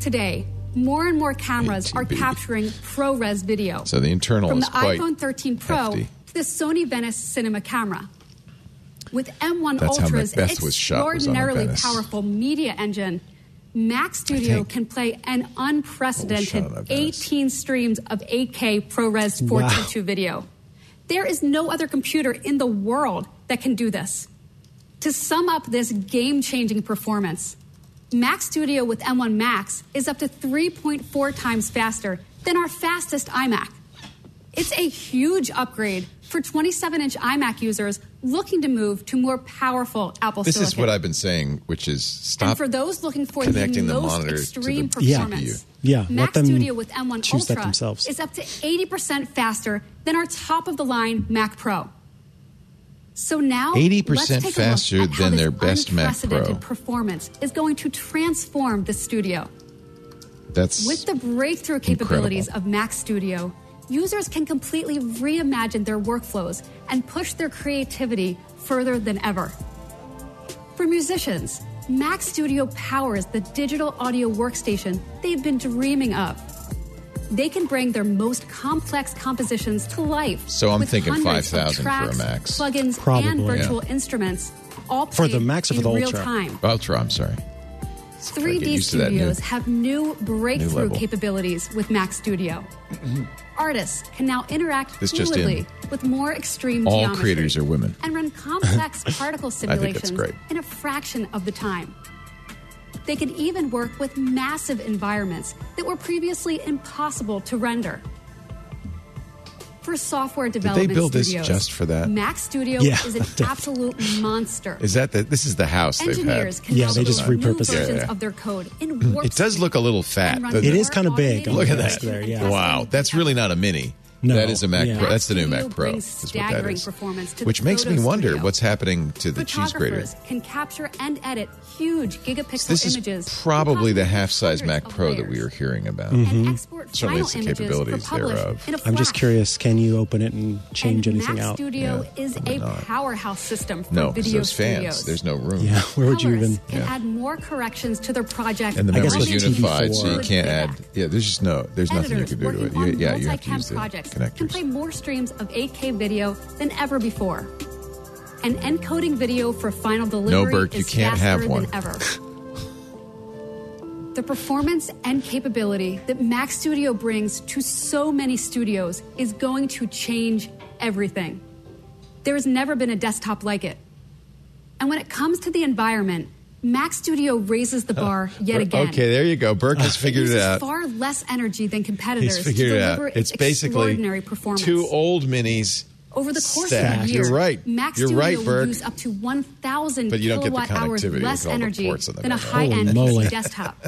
O: Today, more and more cameras are capturing ProRes video.
C: So the internal
O: from
C: is
O: the
C: quite
O: iPhone 13 Pro
C: hefty.
O: to the Sony Venice Cinema camera. With M1
C: That's how
O: Ultra's
C: Macbeth was shot, was on a
O: extraordinarily
C: Venice.
O: powerful media engine, Mac Studio can play an unprecedented 18 streams of 8K ProRes 422 video. There is no other computer in the world that can do this. To sum up this game changing performance, Mac Studio with M1 Max is up to 3.4 times faster than our fastest iMac. It's a huge upgrade for 27 inch iMac users looking to move to more powerful Apple
C: this
O: Silicon.
C: is what I've been saying, which is
O: and
C: stop
O: for those looking for
C: connecting the
O: the most
C: monitor to the
O: extreme
C: Yeah.
O: performance,
D: Yeah, let
O: Mac
D: them
O: Studio with M1
D: choose that
O: Ultra
D: themselves.
O: is up to 80% faster than our top of the line Mac Pro. So now,
C: eighty
O: let's
C: percent
O: take a look
C: faster
O: at how
C: than
O: this
C: their best Mac
O: unprecedented
C: Pro.
O: performance is going to transform the studio.
C: That's
O: With the breakthrough capabilities of Mac Studio, users can completely reimagine their workflows and push their creativity further than ever. For musicians, Mac Studio powers the digital audio workstation they've been dreaming of. They can bring their most complex compositions to life.
C: So I'm
O: with
C: thinking
O: hundreds of
C: 5,000 for a
O: tracks,
C: Max.
O: Plugins and
C: Probably.
O: virtual
C: Yeah.
O: instruments all
C: For the
O: played
C: Max or for
O: in
C: the
O: real
C: Ultra?
O: time.
C: Ultra, I'm sorry. Gotta get
O: 3D
C: used to that new-
O: studios have new breakthrough
C: level.
O: capabilities with Mac Studio. Mm-hmm. Artists can now interact
C: This just
O: fluidly with more extreme
C: All
O: geometry
C: creators are women.
O: and run complex particle
C: I think that's
O: simulations
C: great.
O: in a fraction of the time. They can even work with massive environments that were previously impossible to render. For software
C: they
O: development
C: build this
O: studios,
C: just for that?
O: Mac Studio
C: Yeah.
O: is an absolute monster.
C: Is that the, this is the house
O: Engineers
C: they've
O: can
C: had?
O: now build new
C: Yeah,
O: versions
C: yeah.
O: of their code in warp
C: It does look a little fat.
O: And run
C: doesn't
O: It is kinda big on
C: Look
O: the
C: at that.
O: rest there, yeah.
C: Wow, that's really not a mini. No, that is a Mac
O: yeah.
C: Pro. That's the new
O: Studio
C: Mac Pro.
O: brings
C: Is what that
O: staggering
C: is.
O: performance to the
C: Which makes me
O: photo
C: wonder
O: studio.
C: what's happening to the cheese grater.
O: Photographers can capture and edit huge gigapixel
C: This is
O: images.
C: probably the half-size Mac Pro that we were hearing about. Certainly, Oh.
O: final
C: it's the
O: images for
C: capabilities
O: publish
C: thereof.
O: in a
D: Mm-hmm. I'm just
O: flash.
D: curious. Can you open it and change anything
O: Mac
D: out?
O: Studio is a powerhouse system for
D: No, 'cause
O: video
D: those fans,
O: studios.
C: There's no room.
D: Yeah, where would you even?
O: can add more corrections to their project.
C: And the
D: I guess
C: memory's
D: with
C: unified,
D: TV4.
C: so you can't add. Yeah, there's just no. There's nothing you
O: Editors
C: can do to it.
O: working
C: You,
O: on
C: yeah, you have to
O: multicam
C: use the
O: projects
C: connector.
O: can play more streams of 8K video than ever before. And encoding video for final delivery
C: Burke, you
O: is
C: can't
O: faster
C: have one.
O: than ever. the performance and capability that Mac Studio brings to so many studios is going to change everything. There has never been a desktop like it. And when it comes to the environment, Mac Studio raises the bar yet again.
C: Okay, there you go. Burke has figured it
O: uses
C: out.
O: Far less energy than competitors
C: He's figured
O: to
C: it
O: deliver
C: out. It's
O: its extraordinary
C: basically
O: performance.
C: two old minis.
O: Over the course of
C: stacked.
O: a year,
C: You're right.
O: Mac
C: You're
O: Studio
C: right,
O: will
C: Burke.
O: use up to 1,000
C: But you don't get the
O: kilowatt hours
C: connectivity
O: less
C: with all the
O: energy
C: ports on the
O: than a
C: back.
O: high-end
C: Holy moly.
O: PC desktop.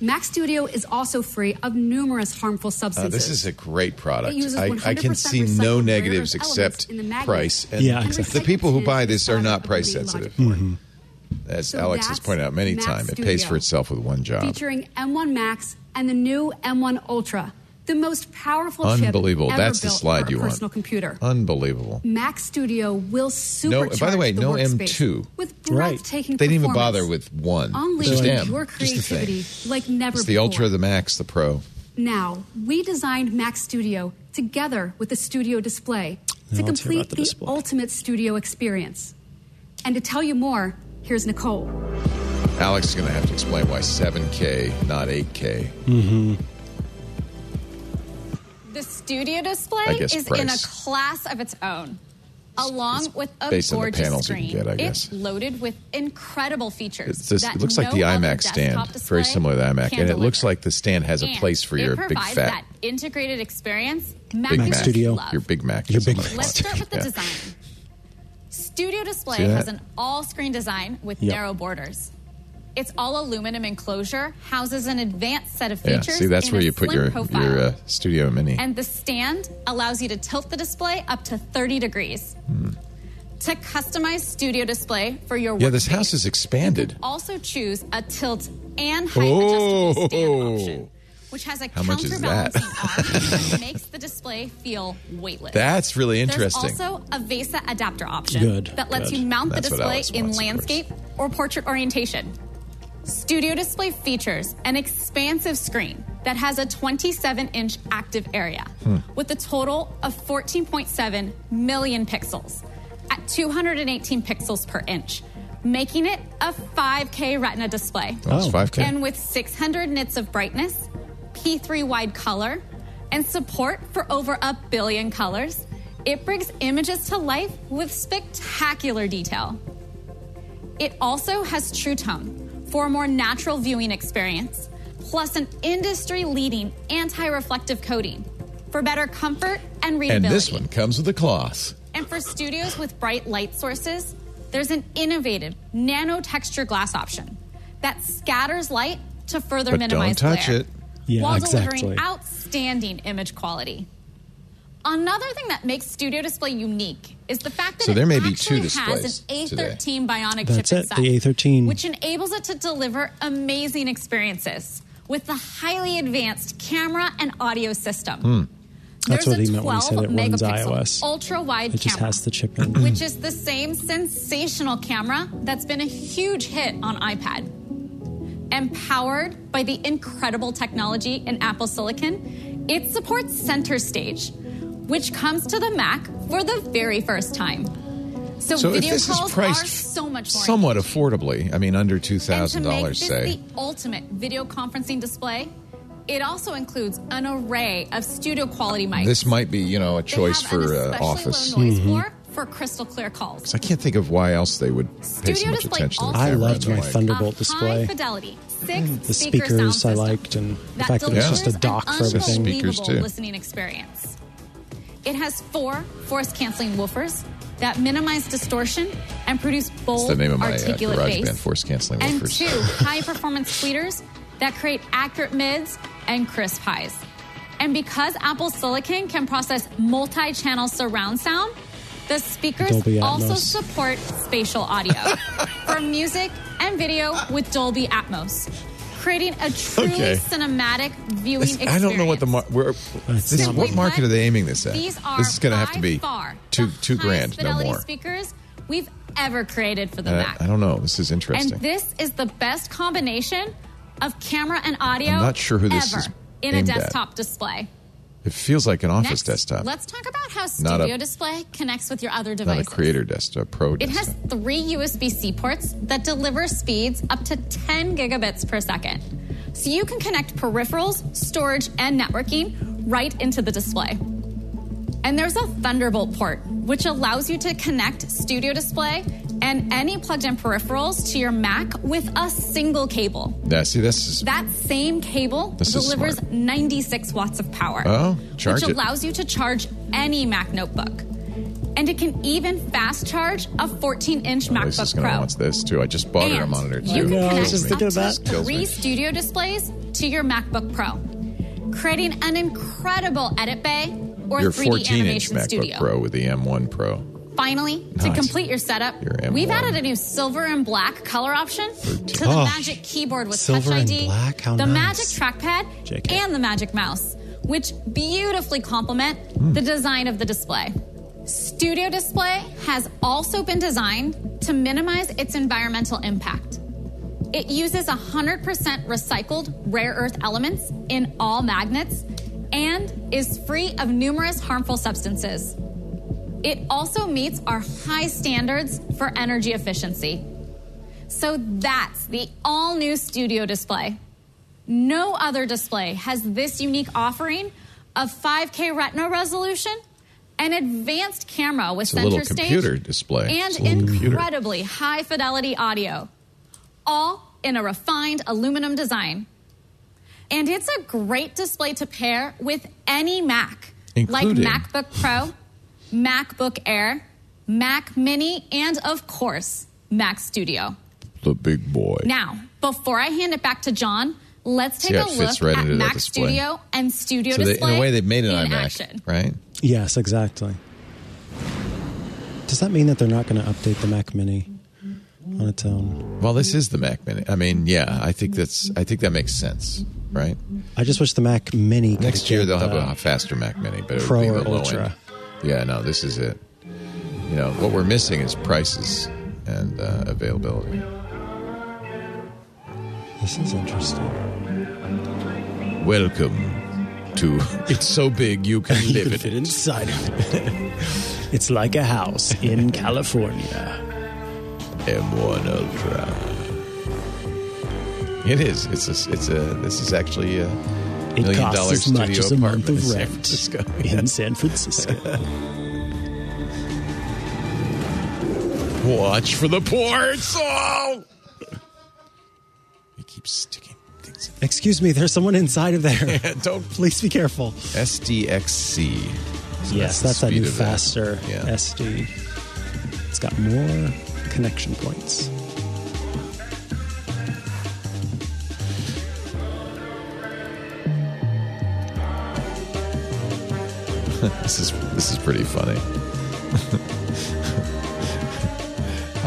O: Mac Studio is also free of numerous harmful
C: Uh,
O: substances.
C: this is a great product.
O: It uses
C: I, I can
O: 100%
C: see no
O: recycled
C: negatives
O: rare earth elements
C: except
O: in the magnet.
C: price. And
D: Yeah, exactly.
C: The people who buy this are not price sensitive.
D: Mm-hmm.
C: As
O: So
C: Alex has
O: that's
C: pointed out many
O: Mac
C: times, it pays
O: Studio.
C: for itself with one job.
O: featuring M1 Max and the new M1 Ultra, the most powerful
C: Unbelievable.
O: chip ever
C: That's the
O: built
C: slide
O: for a
C: you want.
O: personal computer.
C: Unbelievable.
O: Mac Studio will supercharge
C: No, by the way,
O: the
C: no
O: workspace
C: M2.
O: with breathtaking
C: They didn't even
O: performance.
C: bother with one. It's
O: Unleash
C: just M.
O: your
C: Just the
O: creativity
C: thing.
O: like never
C: It's the
O: before.
C: Ultra, the Max, the Pro.
O: Now, we designed Mac Studio together with the Studio Display
C: Now
O: to
C: let's hear
O: complete
C: about the
O: the,
C: display.
O: ultimate studio experience. And to tell you more, here's Nicole.
C: Alex is going to have to explain why 7K, not 8K.
D: Mm-hmm.
P: The studio display
C: I guess
P: is in a
C: price.
P: class of its own. Along with a
C: based on the
P: gorgeous
C: panels you can
P: screen,
C: get, I
P: it's
C: guess.
P: loaded with incredible features.
C: It's just,
P: that
C: it looks like
P: no
C: the
P: other
C: iMac
P: desktop
C: stand, very
P: display
C: similar to the iMac. And
P: can
C: it
P: deliver.
C: looks like the stand has a
P: And
C: place for your
P: it
C: big
P: provides
C: fat
P: that integrated experience. Mac
C: Big
P: users
C: Mac.
P: love.
C: Your Big Mac. Your Big
P: Let's start with the design. Studio Display
C: See that?
P: has an all-screen design with
C: Yep.
P: narrow borders. Its all aluminum enclosure houses an advanced set of
C: Yeah,
P: features.
C: see, that's
P: in
C: where
P: a
C: you put
P: slim
C: your,
P: profile.
C: your uh, Studio Mini.
P: And the stand allows you to tilt the display up to 30 degrees. To customize studio display for your
C: Hmm. yeah,
P: work,
C: this house is expanded.
P: also choose a tilt and height adjustable stand option,
C: Oh,
P: which has a
C: How much is that?
P: counterbalancing arm that makes the display feel weightless.
C: That's really interesting.
P: There's also a VESA adapter option
C: Good,
P: that lets
C: good.
P: you mount
C: That's
P: the
C: what
P: display
C: Alex
P: in
C: wants, of course.
P: landscape or portrait orientation. Studio Display features an expansive screen that has a 27 inch active area
Q: Hmm.
P: with a total of 14.7 million pixels at 218 pixels per inch, making it a 5K retina display.
C: Oh, it's 5K.
P: And with 600 nits of brightness, P3 wide color, and support for over a billion colors, it brings images to life with spectacular detail. It also has True Tone for a more natural viewing experience, plus an industry leading anti reflective coating for better comfort and readability.
C: and this one comes with a cloth.
P: And for studios with bright light sources, there's an innovative nano texture glass option that scatters light to further
C: But don't
P: minimize
C: touch
P: glare
C: it. Yeah,
P: while
C: exactly.
P: delivering outstanding image quality. Another thing that makes Studio Display unique is the fact that
D: So
P: it
D: there may be
P: actually
D: two
P: has an
D: displays today.
P: A13 Bionic
D: That's
P: chip
D: it,
P: inside,
D: the A13.
P: which enables it to deliver amazing experiences with the highly advanced camera and audio system.
D: Hmm.
C: Hmm.
D: That's
P: There's
D: what
P: a
D: he meant when he
P: 12
D: said it runs
P: megapixel
D: iOS.
P: ultra-wide
D: It just
P: camera,
D: has the chip in.
P: which is the same sensational camera that's been a huge hit on iPad. Empowered by the incredible technology in Apple Silicon, it supports Center Stage, which comes to the Mac for the very first time. So,
C: So if
P: video
C: this is
P: calls are
C: priced
P: so much more
C: Somewhat affordably. I mean, under
P: and to make
C: $2,000,
P: this
C: say.
P: the ultimate video conferencing display, it also includes an array of studio quality mics.
C: This might be, you know, a choice
P: have an
C: for uh,
P: especially
C: office.
P: low noise
D: Mm-hmm.
P: floor for crystal clear calls.
C: 'Cause I can't think of why else they would pay so
P: Studio
C: much
P: display
C: attention to the
P: also
D: I
C: camera
D: loved
C: and the
D: my
C: like. Hmm.
D: Thunderbolt
P: High
D: display.
P: fidelity, six
D: The
P: speaker sound
D: speakers I
P: system
D: liked, and the
P: that
D: fact that it was
P: delivers
D: just a dock
P: an
D: for everything.
P: unbelievable listening experience. It has four force-canceling woofers that minimize distortion and produce bold,
C: It's the name of my uh,
P: articulate
C: garage
P: bass
C: band, Force Canceling
P: and
C: Woofers.
P: two high performance tweeters that create accurate mids and crisp highs. And because Apple Silicon can process multi channel surround sound, the speakers
R: Dolby
P: also
R: Atmos.
P: support spatial audio for music and video with Dolby Atmos, creating a truly
C: Okay.
P: cinematic viewing
C: This-
P: experience.
C: I don't know what the mar- where, this,
P: not
C: what
P: bad.
C: market are they aiming this at?
P: These are
C: this is going to have to
P: by
C: be
P: far
C: two two grand, no
P: fidelity
C: more.
P: speakers we've ever created for the
C: Uh,
P: Mac.
C: I don't know. This is interesting.
P: And this is the best combination of camera and audio
C: I'm not sure who this
P: ever
C: is
P: in a
C: aimed at.
P: desktop display.
C: it feels like an office
P: Next,
C: desktop,
P: Let's talk about how
C: Not
P: Studio
C: a-
P: Display connects with your other
C: not a
P: devices.
C: creator desktop, a pro
P: It
C: desktop.
P: has three USB C ports that deliver speeds up to 10 gigabits per second. So you can connect peripherals, storage, and networking right into the display. And there's a Thunderbolt port which allows you to connect Studio Display and any plugged in peripherals to your Mac with a single cable.
C: Yeah, see, this is.
P: That same cable
C: This is
P: delivers
C: smart.
P: 96 watts of power,
C: Oh, charge
P: which
C: it.
P: allows you to charge any Mac notebook. And it can even fast charge a 14 inch
C: Lisa's
P: MacBook
C: gonna
P: Pro.
C: watch Oh, this too. I just bought her a
P: And
C: monitor too.
P: You can
C: Kills
P: connect
C: me.
P: up to
C: Kills me.
P: three studio displays to your MacBook Pro, creating an incredible edit bay or
C: Your
P: 3D
C: 14 inch
P: animation
C: MacBook
P: studio.
C: Pro with the M1 Pro.
P: Finally, to
C: Nice.
P: complete your setup,
C: Your M1.
P: we've added a new silver and black color option to the
C: Oh.
P: Magic Keyboard with
D: Silver
P: Touch
D: and
P: ID,
D: black, how
P: the
D: nice.
P: Magic Trackpad,
D: JK.
P: and the Magic Mouse, which beautifully complement
D: Hmm.
P: the design of the display. Studio Display has also been designed to minimize its environmental impact. It uses 100% recycled rare earth elements in all magnets and is free of numerous harmful substances. It also meets our high standards for energy efficiency. So that's the all new studio display. No other display has this unique offering of 5K retina resolution, an advanced camera with
C: It's a
P: center
C: little
P: stage,
C: computer display.
P: and
C: It's a little computer.
P: incredibly high fidelity audio, all in a refined aluminum design. And it's a great display to pair with any Mac,
C: Including-
P: like MacBook Pro, MacBook Air, Mac Mini, and of course, Mac Studio.
C: The big boy.
P: Now, before I hand it back to John, let's
C: See
P: take
C: how
P: a
C: it fits
P: look
C: right
P: at
C: into that
P: Mac
C: display.
P: Studio and Studio
C: so they, in
P: Display.
C: a way, they've made an
P: in
C: iMac,
P: action.
C: right?
D: Yes, exactly. Does that mean that they're not going to update the Mac Mini on its own?
C: Well, this is the Mac Mini. I mean, yeah, I think that's. I think that makes sense, right?
D: I just wish the Mac Mini could
C: Next year
D: get,
C: they'll have
D: uh,
C: a faster Mac Mini, but it'll
D: Pro
C: be the
D: or
C: low end.
D: Ultra.
C: Yeah, no, this is it. You know what we're missing is prices and uh, availability.
D: This is interesting.
C: Welcome to It's So Big You Can
D: You
C: Live
D: can
C: in
D: fit
C: It.
D: inside of it. it's like a house in California.
C: M1 Ultra. oh It is. It's a, it's a. This is actually a
D: It
C: million
D: costs
C: dollar
D: as
C: studio
D: much as a
C: apartment
D: month of
C: in San
D: rent
C: Francisco.
D: in San Francisco.
C: Watch for the portal. He keeps sticking.
D: Excuse me, there's someone inside of there.
C: Don't
D: please be careful.
C: SDXC. So
D: yes,
C: the
D: that's that
C: speed
D: new
C: of that.
D: faster SD. It's got more connection points.
C: this is this is pretty funny.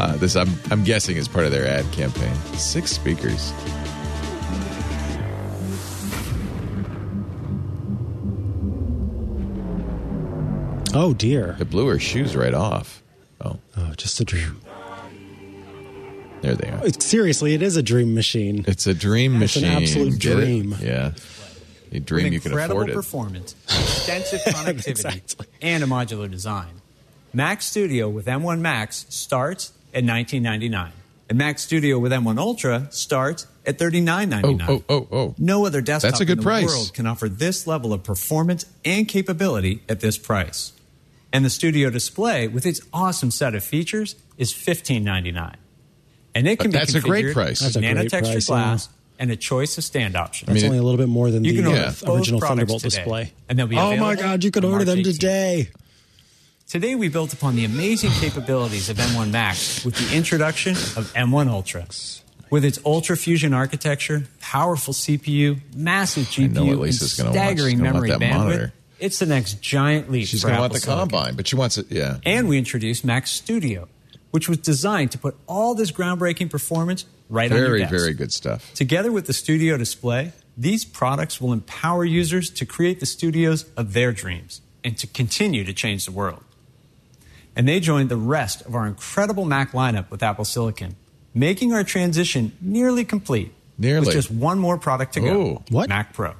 C: uh, this I'm I'm guessing is part of their ad campaign. Six speakers.
D: Oh dear!
C: It blew her shoes right off. Oh,
D: oh, just a dream.
C: There they are.
D: It's, seriously, it is a dream machine.
C: It's a dream
D: It's an
C: machine.
D: absolute
C: Get it?
D: dream.
C: Yeah, you dream
K: With
C: you can
K: incredible
C: afford it.
K: performance, extensive connectivity, and a modular design. Mac Studio with M1 Max starts at 19.99, and Mac Studio with M1 Ultra starts at 39.99.
C: Oh, oh, oh, oh.
K: No other desktop
C: That's a good
K: in the
C: price.
K: world can offer this level of performance and capability at this price. And the Studio Display with its awesome set of features is 15.99. And it can
C: Uh,
K: be
C: that's a great
K: configured
C: price.
K: with
C: That's a great
K: nanotexture
C: price, yeah.
K: glass and a choice of stand options.
D: That's only a little bit more than
K: You
D: the
K: can order
D: uh,
K: both
D: original
K: products
D: Thunderbolt
K: today,
D: display.
K: and they'll be
D: oh my
K: available
D: God! You can
K: on
D: order
K: March
D: them
K: 18th.
D: today.
K: Today, we built upon the amazing capabilities of M1 Max with the introduction of M1 Ultra. With its Ultra Fusion architecture, powerful CPU, massive
C: I know what
K: GPU, and
C: Lisa's gonna want. She's
K: staggering
C: gonna want
K: memory
C: that
K: bandwidth,
C: monitor.
K: it's the next giant leap.
C: She's
K: for
C: going to
K: Apple
C: want the
K: Silicon.
C: combine, but she wants it. Yeah.
K: And we introduced Max Studio, which was designed to put all this groundbreaking performance right on your
C: very
K: desk.
C: very good stuff.
K: Together with the Studio Display, these products will empower users to create the studios of their dreams and to continue to change the world. And they joined the rest of our incredible Mac lineup with Apple Silicon, making our transition nearly complete.
C: Nearly.
K: With just one more product to go.
C: Ooh.
K: what? Mac Pro.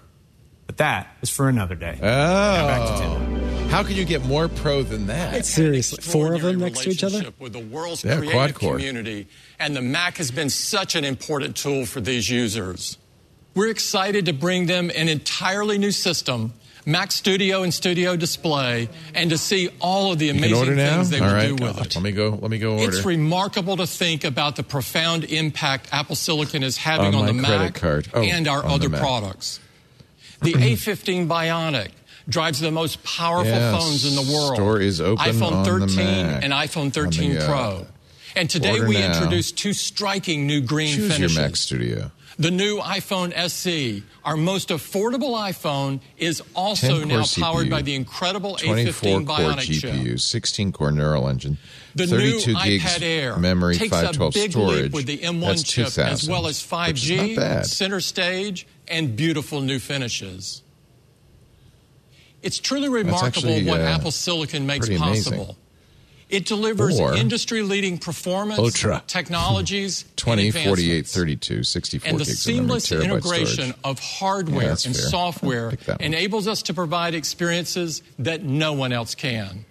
K: But that is for another day. Now back to Tim.
C: Oh. How can you get more pro than that?
D: Seriously, four of them next to each other.
E: With the world's
C: Yeah,
E: creative
C: quad core.
E: community, and the Mac has been such an important tool for these users. We're excited to bring them an entirely new system Mac Studio and Studio Display, and to see all of the
C: You can order
E: amazing
C: now.
E: things they
C: All
E: will
C: right,
E: do with it.
C: let me go. Let me go order
E: It's remarkable to think about the profound impact Apple Silicon is having
C: On
E: on,
C: my
E: the Mac
C: credit card. Oh,
E: and our
C: on the
E: other
C: Mac.
E: products. The A15 Bionic drives the most powerful
C: Yes,
E: phones in the world.
C: store is open
E: iPhone
C: on the
E: 13
C: Mac.
E: and iPhone
C: On
E: 13
C: the, uh,
E: Pro. And today
C: order
E: we
C: now.
E: introduced two striking new green
C: Choose
E: finishes.
C: your Mac Studio.
E: The new iPhone SE, our most affordable iPhone, is
C: 10
E: also
C: core
E: now
C: CPU,
E: powered by the incredible
C: 24
E: A15
C: core
E: Bionic chip.
C: GPU, 16 core neural engine,
E: The
C: 32
E: new
C: gigs
E: iPad Air
C: memory,
E: takes
C: 512
E: a big
C: storage.
E: leap with the M1
C: That's
E: chip,
C: 2000,
E: as well as
C: which is
E: 5G,
C: not bad.
E: center stage, and beautiful new finishes. It's truly remarkable
C: actually,
E: what
C: uh,
E: Apple Silicon makes
C: pretty amazing.
E: possible. It delivers
C: Or-
E: industry-leading performance,
C: Ultra.
E: technologies, and
C: 20,
E: advancements.
C: 48, 32, 64
E: And the
C: gigs of memory,
E: seamless
C: terabyte
E: integration
C: storage.
E: of hardware
C: Yeah,
E: and
C: that's fair. I'll
E: software
C: pick that one.
E: enables us to provide experiences that no one else can.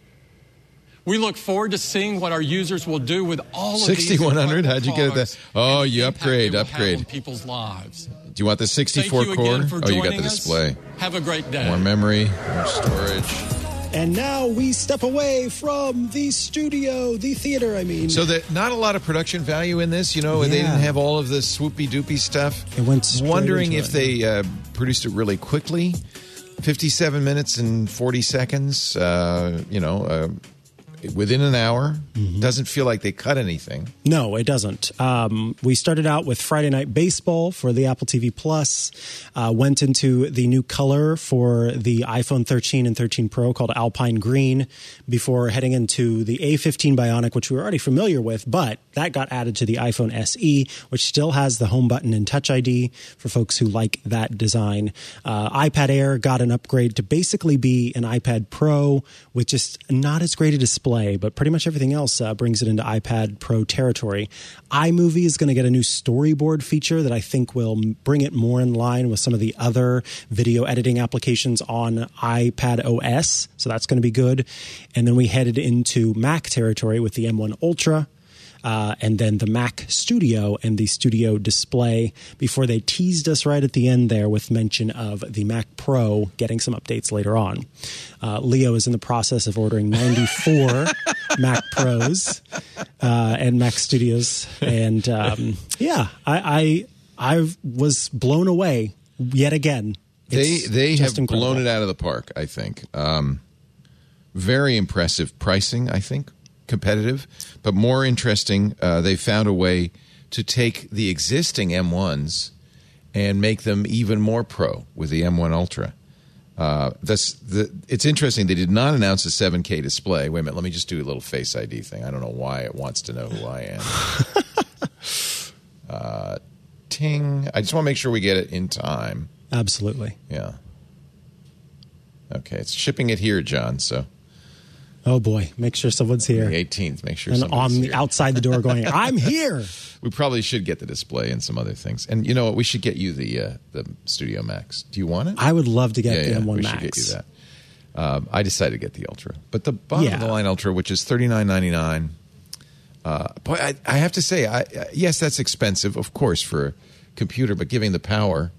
E: We look forward to seeing what our users will do with all of these
C: 6100. How'd you get
E: products
C: that? Oh, you
E: they
C: upgrade,
E: will have on
C: upgrade.
E: people's lives.
C: Do you want the 64
E: Thank you
C: core?
E: again for
C: oh, you got
E: joining
C: the
E: us.
C: display.
E: Have a great day.
C: More memory, more storage.
D: And now we step away from the studio, the theater, I mean.
C: So that not a lot of production value in this, you know, and they
D: Yeah.
C: didn't have all of the swoopy doopy stuff.
D: It went straight
C: Wondering
D: into
C: if
D: it.
C: they uh, produced it really quickly, fifty-seven minutes and forty seconds. Uh, you know, uh, within an hour.
D: Mm-hmm.
C: Doesn't feel like they cut anything.
D: No, it doesn't. Um, we started out with Friday Night Baseball for the Apple TV Plus, uh, went into the new color for the iPhone 13 and 13 Pro called Alpine Green before heading into the A15 Bionic, which we were already familiar with, but that got added to the iPhone SE, which still has the home button and Touch ID for folks who like that design. Uh, iPad Air got an upgrade to basically be an iPad Pro with just not as great a display, but pretty much everything else uh, brings it into iPad Pro territory. iMovie is going to get a new storyboard feature that I think will m- bring it more in line with some of the other video editing applications on iPad OS. So that's going to be good. And then we headed into Mac territory with the M1 Ultra uh, and then the Mac Studio and the Studio Display before they teased us right at the end there with mention of the Mac Pro getting some updates later on. Uh, Leo is in the process of ordering 94 Mac Pros uh, and Mac Studios, and um, yeah, I, I I was blown away yet again.
C: They
D: It's
C: they
D: just
C: have
D: incredible.
C: blown it out of the park. I think. Um, very impressive pricing. I think competitive, but more interesting. Uh, they found a way to take the existing M1s and make them even more pro with the M1 Ultra. Uh, that's the, it's interesting. They did not announce a 7K display. Wait a minute. Let me just do a little Face ID thing. I don't know why it wants to know who I am. uh, ting. I just want to make sure we get it in time.
D: Absolutely.
C: Yeah. Okay, it's shipping it here, John. So
D: Oh boy, make sure someone's here.
C: the 18th, make sure.
D: and
C: somebody's
D: on
C: here.
D: the outside the door going, I'm here.
C: We probably should get the display and some other things. And you know what? We should get you the uh, the Studio Max. Do you want it?
D: I would love to get
C: yeah,
D: the
C: yeah,
D: M1
C: we
D: Max.
C: should get you that. Um, I decided to get the Ultra, but the bottom
D: Yeah.
C: of the line Ultra, which is thirty nine ninety nine. Uh, boy, I, I have to say, I, I- yes, that's expensive, of course, for a computer. But giving the power,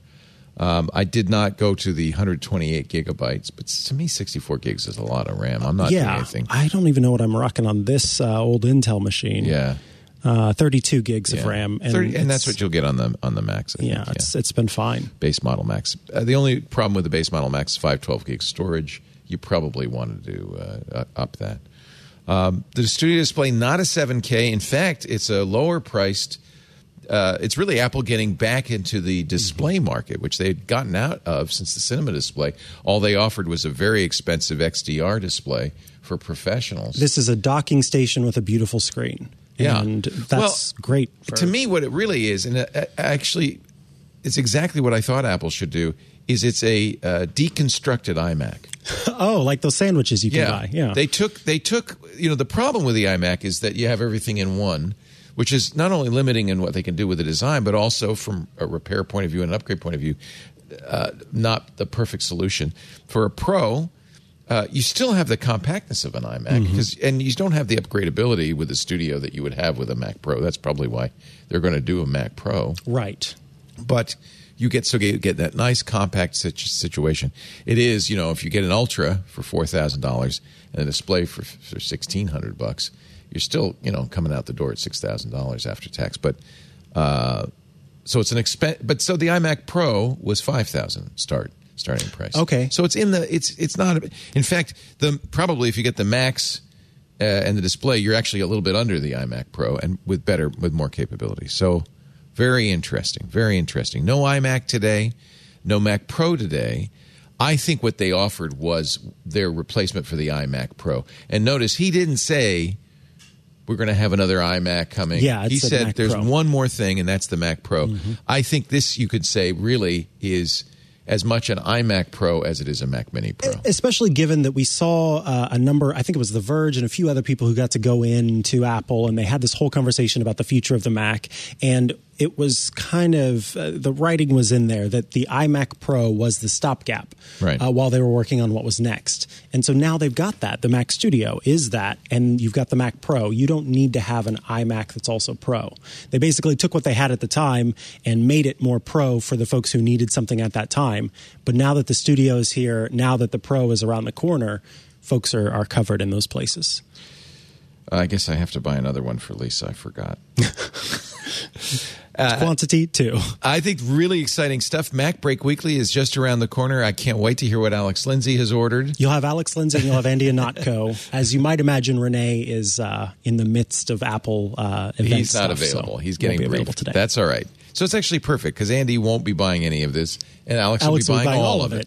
C: um, I did not go to the 128 gigabytes. But to me, 64 gigs is a lot of RAM. I'm not doing
D: yeah,
C: anything.
D: I don't even know what I'm rocking on this uh, old Intel machine.
C: Yeah.
D: uh, 32 gigs of RAM, and,
C: 30 and
D: it's-
C: that's what you'll get on the on the Max. I think,
D: yeah, it's it's been fine.
C: base model max. Uh, the only problem with the base model max is 512 gig storage. You probably wanted to uh, uh, up that. Um, the studio display, not a 7K. In fact, it's a lower priced. Uh, it's really Apple getting back into the
D: Mm-hmm.
C: display market, which they had gotten out of since the cinema display. All they offered was a very expensive XDR display for professionals.
D: This is a docking station with a beautiful screen.
C: Yeah.
D: and
C: Well,
D: that's great. for-
C: to me what it really is and uh, uh, actually it's exactly what i thought apple should do is it's a uh, deconstructed imac
D: oh, like those sandwiches you can
C: yeah
D: buy. Yeah,
C: they took they took you know the problem with the imac is that you have everything in one which is not only limiting in what they can do with the design but also from a repair point of view and an upgrade point of view uh, not the perfect solution for a pro uh, you still have the compactness of an iMac
D: Mm-hmm.
C: because, and you don't have the upgradability with the studio that you would have with a Mac Pro. That's probably why they're going to do a Mac Pro
D: right.
C: but you get so you get that nice compact sit- situation. It is, you know, if you get an Ultra for four thousand dollars and a display for for sixteen hundred bucks, you're still, you know, coming out the door at six thousand dollars after tax. But uh, so it's an expense. But so the iMac Pro was five thousand start starting price.
D: Okay.
C: So it's in the it's it's not. In fact, the probably if you get the Max uh, and the display, you're actually a little bit under the iMac Pro and with better with more capability. So very interesting, very interesting. No iMac today, no Mac Pro today. I think what they offered was their replacement for the iMac Pro. And notice he didn't say we're going to have another iMac coming.
D: Yeah, it
C: he
D: said
C: said
D: Mac
C: there's
D: Pro. Mm-hmm.
C: one more thing, and that's the Mac Pro. I think this you could say really is as much an iMac Pro as it is a Mac Mini Pro.
D: especially given that we saw uh, a number i think it was the verge and a few other people who got to go in to apple and they had this whole conversation about the future of the mac and it was kind of uh, the writing was in there that the imac pro was the stopgap
C: Right.
D: uh, while they were working on what was next and so now they've got that the mac studio is that and you've got the mac pro you don't need to have an imac that's also pro they basically took what they had at the time and made it more pro for the folks who needed something at that time but now that the studio is here now that the pro is around the corner folks are, are covered in those places
C: Uh, I guess I have to buy another one for Lisa. I forgot.
D: It's quantity too
C: Uh, I think really exciting stuff. Mac Break Weekly is just around the corner. I can't wait to hear what Alex Lindsay has ordered.
D: You'll have Alex Lindsay and you'll have Andy Anatko. As you might imagine, Renee is uh, in the midst of Apple uh, events.
C: He's not available. He's getting
D: available
C: briefed.
D: today.
C: That's all right. So it's actually perfect because Andy won't be buying any of this, and Alex,
D: Alex
C: will be buying, all, of it.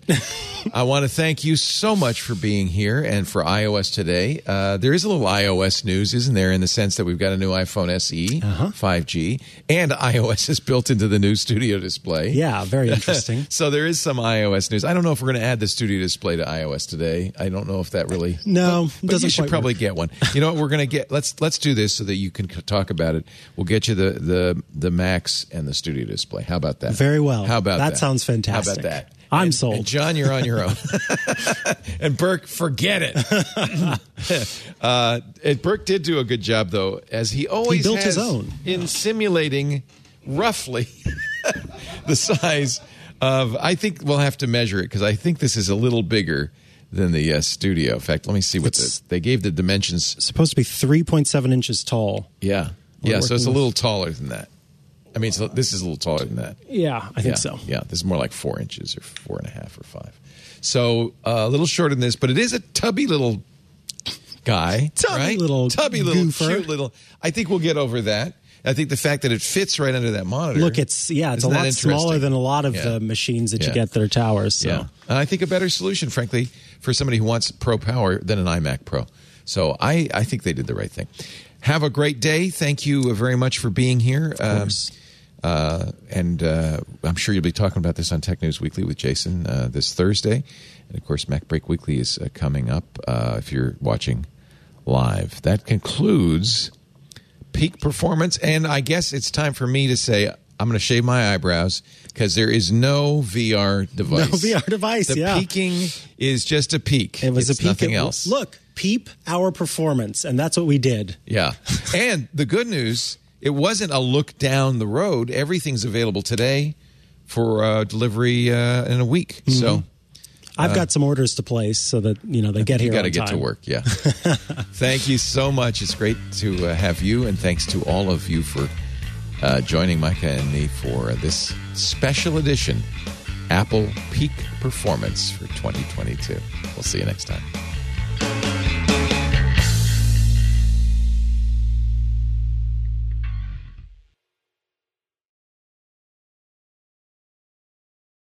C: I want to thank you so much for being here and for iOS today. Uh, there is a little iOS news, isn't there? In the sense that we've got a new iPhone SE,
D: Uh-huh.
C: 5G, and iOS is built into the new Studio display.
D: Yeah, very interesting.
C: so there is some iOS news. I don't know if we're going to add the Studio display to iOS today. I don't know if that really.
D: No,
C: But
D: doesn't
C: you should
D: quite
C: probably
D: work.
C: get one. You know what? We're gonna get. Let's let's do this so that you can c- talk about it. We'll get you the the the Max and the Studio Display. How about that?
D: Very well.
C: How about that?
D: That sounds fantastic.
C: How about that?
D: I'm sold.
C: And John, you're on your own. and Burke, forget it. uh, and Burke did do a good job though, as he always
D: built his
C: has
D: own.
C: in simulating roughly the size of. I think we'll have to measure it because I think this is a little bigger. Than the uh, studio. In fact, let me see what the, they gave the dimensions
D: Supposed to be 3.7 inches tall.
C: yeah.
D: We're
C: yeah. So it's a
D: working
C: little taller than that. I mean, it's, a- this is a little taller than that.
D: Yeah, I
C: Yeah,
D: think so.
C: Yeah. This is more like four inches or four and a half or five. So uh, a little shorter than this, but it is a tubby little guy.
D: Tubby
C: right?
D: little
C: Tubby little
D: goofer.
C: cute little. I think we'll get over that. I think the fact that it fits right under that monitor.
D: Look, it's yeah, it's
C: Isn't
D: a
C: that
D: lot
C: interesting?
D: smaller than a lot of
C: Yeah.
D: the machines that
C: Yeah.
D: you get that are towers. So.
C: Yeah. And I think a better solution, frankly, for somebody who wants Pro Power than an iMac Pro. So I, I think they did the right thing. Have a great day. Thank you very much for being here. Um, uh, and uh, I'm sure you'll be talking about this on Tech News Weekly with Jason uh, this Thursday. And of course, Mac Break Weekly is uh, coming up uh, if you're watching live. That concludes peak performance. And I guess it's time for me to say I'm going to shave my eyebrows because there is no VR device.
D: No VR device,
C: The
D: yeah.
C: peaking is just a peak.
D: It was
C: It's
D: a peak.
C: Nothing
D: It-
C: else.
D: Look, peep our performance, and that's what we did.
C: Yeah. and the good news, it wasn't a look down the road. Everything's available today for uh, delivery uh, in a week.
D: Mm-hmm.
C: So
D: I've
C: Uh,
D: got some orders to place so that you know they get
C: you got
D: here.
C: to
D: on
C: get to
D: time.
C: work. Yeah. Thank you so much. It's great to uh, have you, and thanks to all of you for uh, joining Micah and me for uh, this special edition Apple Peak Performance for 2022. We'll see you next time.